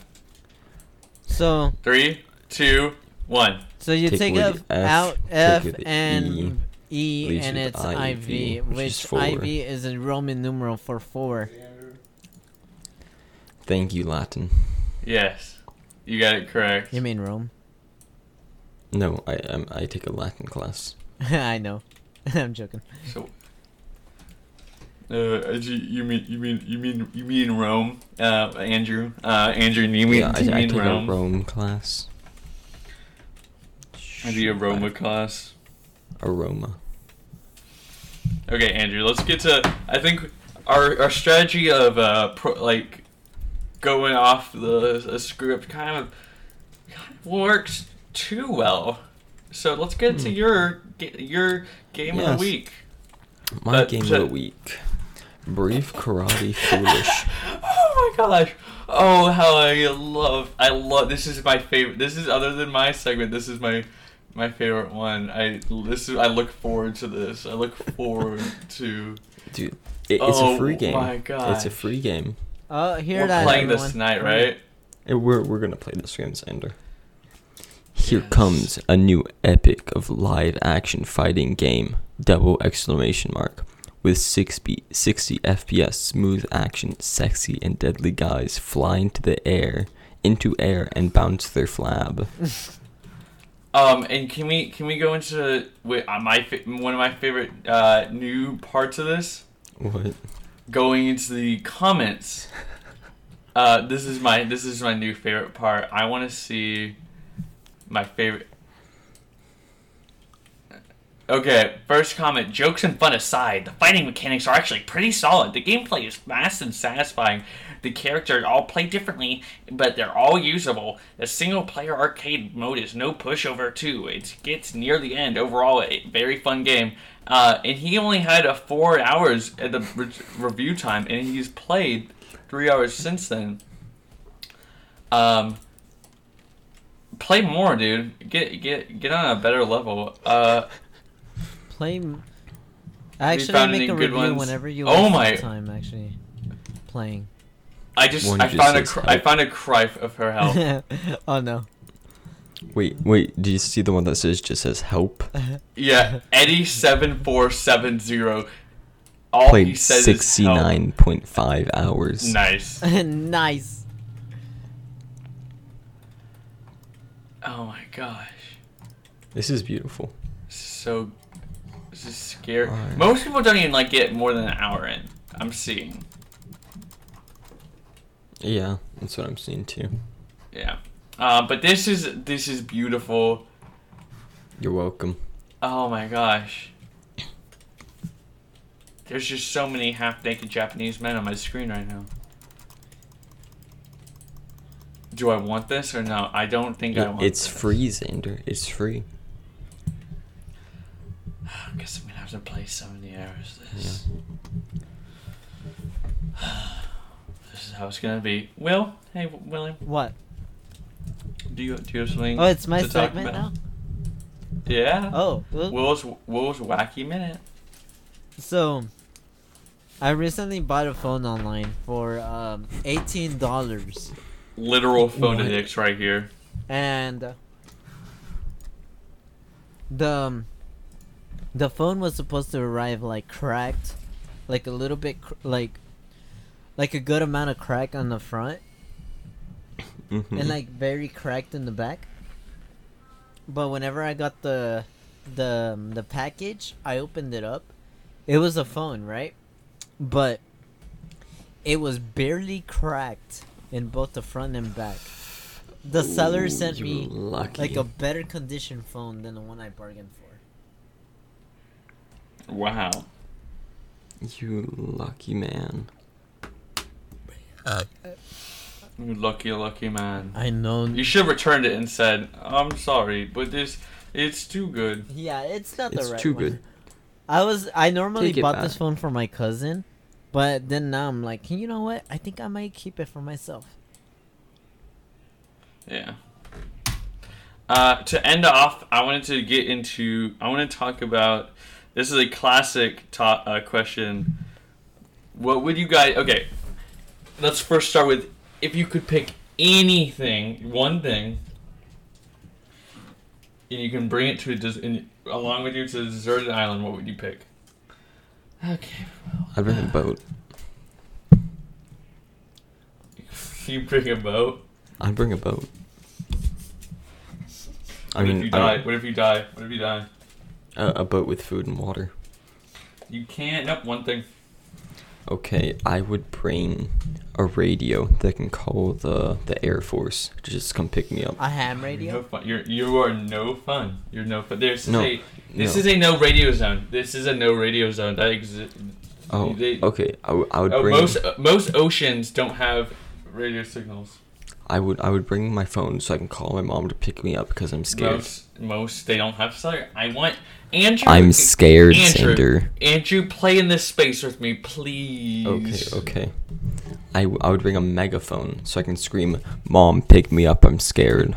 Speaker 3: So
Speaker 1: Three, two, one.
Speaker 3: So you
Speaker 2: Take
Speaker 3: take,
Speaker 2: with
Speaker 3: of
Speaker 2: F,
Speaker 3: out
Speaker 2: take
Speaker 3: F
Speaker 2: with E,
Speaker 3: and E,
Speaker 2: leaves
Speaker 3: and
Speaker 2: with
Speaker 3: it's
Speaker 2: IV,
Speaker 3: IV,
Speaker 2: which is
Speaker 3: which,
Speaker 2: four.
Speaker 3: IV is a Roman numeral for four.
Speaker 2: Thank you, Latin.
Speaker 1: Yes, you got it correct.
Speaker 3: You mean Rome?
Speaker 2: No, I um, I take a Latin class.
Speaker 3: I know. I'm joking.
Speaker 1: So, uh, you, you mean you mean you mean you mean Rome, uh, Andrew? Uh, Andrew, you mean
Speaker 2: yeah, I,
Speaker 1: you
Speaker 2: I
Speaker 1: mean
Speaker 2: take
Speaker 1: Rome?
Speaker 2: a Rome class.
Speaker 1: I do aroma class.
Speaker 2: Aroma.
Speaker 1: Okay, Andrew, let's get to. I think our our strategy of uh pro, like going off the, the script kind of, kind of works too well. So let's get to your ga- your game of
Speaker 2: Hmm. Yes.
Speaker 1: the week.
Speaker 2: My
Speaker 1: But
Speaker 2: game
Speaker 1: to-
Speaker 2: of the week. Brief karate foolish.
Speaker 1: Oh my gosh! Oh how I love I love this is my favorite. This is other than my segment. This is my my favorite one. I this is I look forward to this. I look forward to.
Speaker 2: Dude, it, it's
Speaker 1: Oh
Speaker 2: a free game.
Speaker 1: my
Speaker 2: It's
Speaker 1: gosh.
Speaker 2: a free game.
Speaker 3: Oh, hear
Speaker 1: We're
Speaker 3: that,
Speaker 1: playing
Speaker 3: everyone.
Speaker 1: this tonight, right?
Speaker 2: And we're we're gonna play this game's ender. Here
Speaker 1: Yes.
Speaker 2: comes a new epic of live action fighting game. Double exclamation mark. With 60, 60 FPS, smooth action, sexy and deadly guys fly into the air, into air and bounce their flab.
Speaker 1: Um, and can we can we go into wait, uh, my fa- one of my favorite uh, new parts of this?
Speaker 2: What?
Speaker 1: Going into the comments. Uh, this is my this is my new favorite part. I want to see my favorite. Okay, first comment. Jokes and fun aside, the fighting mechanics are actually pretty solid. The gameplay is fast and satisfying. The characters all play differently, but they're all usable. The single player arcade mode is no pushover, too. It gets near the end. Overall, a very fun game. Uh, and he only had a four hours at the re- review time, and he's played three hours since then. Um, play more, dude. Get get get on a better level. Uh,
Speaker 3: Play. m- Actually,
Speaker 1: found
Speaker 3: make
Speaker 1: any
Speaker 3: a
Speaker 1: good
Speaker 3: review
Speaker 1: ones?
Speaker 3: whenever you
Speaker 1: Oh
Speaker 3: have
Speaker 1: my-
Speaker 3: time. Actually, playing.
Speaker 1: I just
Speaker 2: One
Speaker 1: I
Speaker 2: just
Speaker 1: found a
Speaker 2: says
Speaker 1: cr-
Speaker 2: help.
Speaker 1: I found a cry f- of her help.
Speaker 3: oh no.
Speaker 2: Wait, wait. Do you see the one that says just says help?
Speaker 1: Yeah, Eddie seven four seven zero. All he
Speaker 2: Played
Speaker 1: says is
Speaker 2: sixty nine point five
Speaker 1: help.
Speaker 2: hours.
Speaker 1: Nice.
Speaker 3: nice.
Speaker 1: Oh my gosh,
Speaker 2: This is beautiful.
Speaker 1: so this is scary.
Speaker 2: Alright.
Speaker 1: Most people don't even like get more than an hour in. I'm seeing.
Speaker 2: Yeah, that's what I'm seeing too.
Speaker 1: Yeah, uh, but this is this is beautiful.
Speaker 2: You're welcome.
Speaker 1: Oh my gosh. There's just so many half naked Japanese men on my screen right now. Do I want this or no? I don't think I
Speaker 2: It-
Speaker 1: want
Speaker 2: it's
Speaker 1: this.
Speaker 2: free, Xander. It's free.
Speaker 1: I guess I'm gonna have to play so many hours of this. this is how it's gonna be. Will, hey William,
Speaker 3: What?
Speaker 1: do you do you have something?
Speaker 3: Oh, it's my
Speaker 1: to talk
Speaker 3: segment now.
Speaker 1: about? Yeah.
Speaker 3: Oh, well,
Speaker 1: Will's Will's wacky minute.
Speaker 3: so I recently bought a phone online for um eighteen dollars,
Speaker 1: Literal phone
Speaker 2: What?
Speaker 1: addicts right here.
Speaker 3: and the um, the phone was supposed to arrive like cracked, like a little bit cr- like like a good amount of crack on the front,
Speaker 2: Mm-hmm.
Speaker 3: and like very cracked in the back. But whenever I got the the um, the package, I opened it up. It was a phone, right? But it was barely cracked in both the front and back. The seller sent me
Speaker 2: lucky.
Speaker 3: like a better condition phone than the one I bargained for.
Speaker 1: Wow.
Speaker 2: you lucky man.
Speaker 1: You lucky, lucky man.
Speaker 3: I know.
Speaker 1: You should have returned it and said, "I'm sorry, but this, it's too good."
Speaker 3: Yeah, it's not the
Speaker 2: It's
Speaker 3: right
Speaker 2: too
Speaker 3: one.
Speaker 2: good.
Speaker 3: I was I normally
Speaker 2: Take it
Speaker 3: bought this
Speaker 2: back.
Speaker 3: phone for my cousin, but then now I'm like, you know what? I think I might keep it for myself.
Speaker 1: Yeah. Uh, to end off, I wanted to get into. I want to talk about. This is a classic to- uh, question. What would you guys? Okay, let's first start with if you could pick anything, one thing, and you can bring it to a des- in, along with you to a deserted island. What would you pick? Okay,
Speaker 2: I'd bring a boat.
Speaker 1: you bring a boat.
Speaker 2: I'd bring a boat. I
Speaker 1: what
Speaker 2: mean,
Speaker 1: if you
Speaker 2: I
Speaker 1: die?
Speaker 2: don't-
Speaker 1: What if you die? What if you die?
Speaker 2: a, a boat with food and water.
Speaker 1: You can't. Nope. One thing.
Speaker 2: Okay, I would bring a radio that can call the the Air Force to just come pick me up.
Speaker 3: A ham
Speaker 1: You're
Speaker 3: radio.
Speaker 1: no fun. You're you are no fun. You're no fun. This is
Speaker 2: No,
Speaker 1: a this
Speaker 2: no.
Speaker 1: is a no radio zone. This is a no radio zone that exists.
Speaker 2: Oh,
Speaker 1: they-
Speaker 2: okay. I, w- I would
Speaker 1: Oh,
Speaker 2: bring.
Speaker 1: most uh, most oceans don't have radio signals.
Speaker 2: I would. I would bring my phone so I can call my mom to pick me up because I'm scared.
Speaker 1: Most most they don't have cellular. I want Andrew.
Speaker 2: I'm scared,
Speaker 1: Andrew,
Speaker 2: Xander.
Speaker 1: Andrew, play in this space with me, please.
Speaker 2: Okay, okay. I, w- I would bring a megaphone so I can scream, "Mom, pick me up! I'm scared."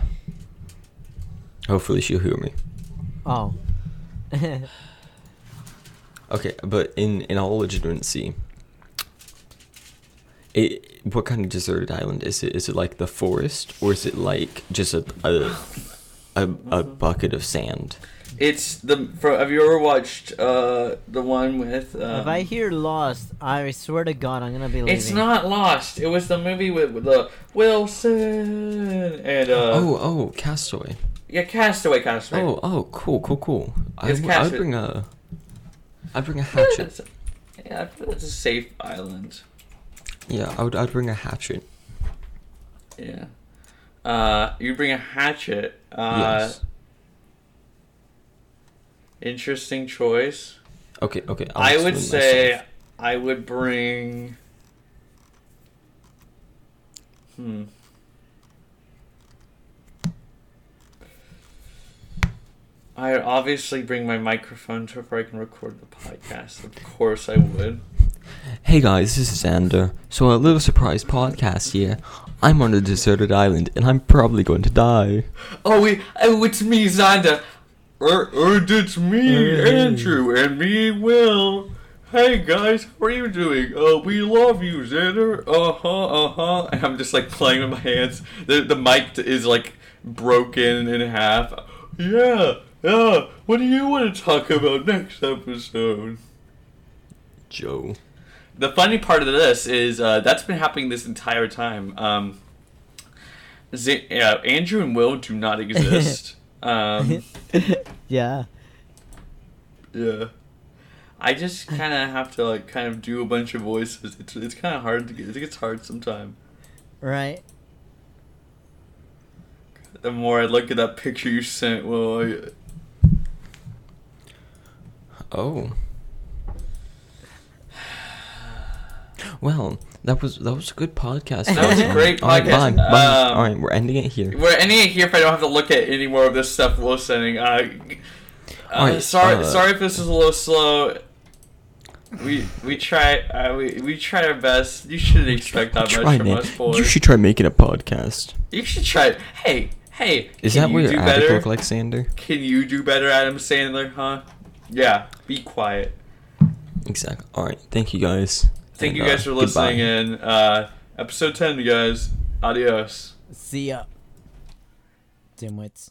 Speaker 2: Hopefully she'll hear me.
Speaker 3: Oh.
Speaker 2: Okay, but in in all legitimacy, it what kind of deserted island is it? Is it like the forest, or is it like just a a a, a bucket of sand?
Speaker 1: It's the. For, have you ever watched uh the one with? Um,
Speaker 3: if I hear Lost, I swear to God, I'm gonna be leaving.
Speaker 1: It's not Lost. It was the movie with, with the Wilson and uh
Speaker 2: oh, oh, Castaway.
Speaker 1: yeah, Castaway, Castaway.
Speaker 2: Oh, oh, cool, cool, cool. I
Speaker 1: It's
Speaker 2: w- I would
Speaker 1: Castaway.
Speaker 2: bring a I would bring a
Speaker 1: I feel
Speaker 2: hatchet.
Speaker 1: that's a- yeah, I feel that's a safe island.
Speaker 2: Yeah, I would I'd bring a hatchet.
Speaker 1: Yeah. Uh, you bring a hatchet. Uh,
Speaker 2: Yes.
Speaker 1: Interesting choice.
Speaker 2: Okay, okay. I'll
Speaker 1: I would
Speaker 2: explain
Speaker 1: say
Speaker 2: myself.
Speaker 1: I would bring. Hmm. I obviously bring my microphone to where I can record the podcast. Of course, I would.
Speaker 2: Hey guys, this is Xander. So a little surprise podcast here. I'm on a deserted island and I'm probably going to die.
Speaker 1: Oh, we, oh it's me, Uh, Zonda. Er, er, it's me, Andrew, and me, Will. hey guys, how are you doing? Uh, we love you, Xander. Uh huh, uh huh. And I'm just like playing with my hands. The, the mic is like broken in half. Yeah, yeah. What do you want to talk about next episode?
Speaker 2: Joe.
Speaker 1: the funny part of this is uh, that's been happening this entire time. Um, Z- uh, Andrew and Will do not exist. um,
Speaker 3: yeah.
Speaker 1: yeah, I just kind of have to like kind of do a bunch of voices. It's it's kind of hard to get. It gets hard sometimes.
Speaker 3: Right.
Speaker 1: The more I look at that picture you sent, well, I,
Speaker 2: Oh. Well, that was that was a good podcast.
Speaker 1: That was a
Speaker 2: guys.
Speaker 1: great
Speaker 2: All right, bye,
Speaker 1: podcast.
Speaker 2: bye.
Speaker 1: Um,
Speaker 2: All right, we're ending it here.
Speaker 1: we're ending it here if I don't have to look at any more of this stuff Will sending. Uh, uh,
Speaker 2: Alright,
Speaker 1: sorry,
Speaker 2: uh,
Speaker 1: sorry if this is a little slow. We we try uh, we we try our best. You shouldn't expect that
Speaker 2: Try
Speaker 1: much from
Speaker 2: ma-
Speaker 1: us, boys.
Speaker 2: you should try making a podcast.
Speaker 1: You should try. it. Hey, hey.
Speaker 2: Is
Speaker 1: can
Speaker 2: that what
Speaker 1: you
Speaker 2: your
Speaker 1: do
Speaker 2: attic
Speaker 1: better?
Speaker 2: look like, Sander?
Speaker 1: Can you do better, Adam Sandler? Huh? Yeah. Be quiet.
Speaker 2: Exactly. All right. Thank you guys.
Speaker 1: Thank
Speaker 2: And,
Speaker 1: you
Speaker 2: uh,
Speaker 1: guys for
Speaker 2: goodbye.
Speaker 1: listening. And uh, episode ten, you guys. Adios.
Speaker 3: See ya. Dimwits.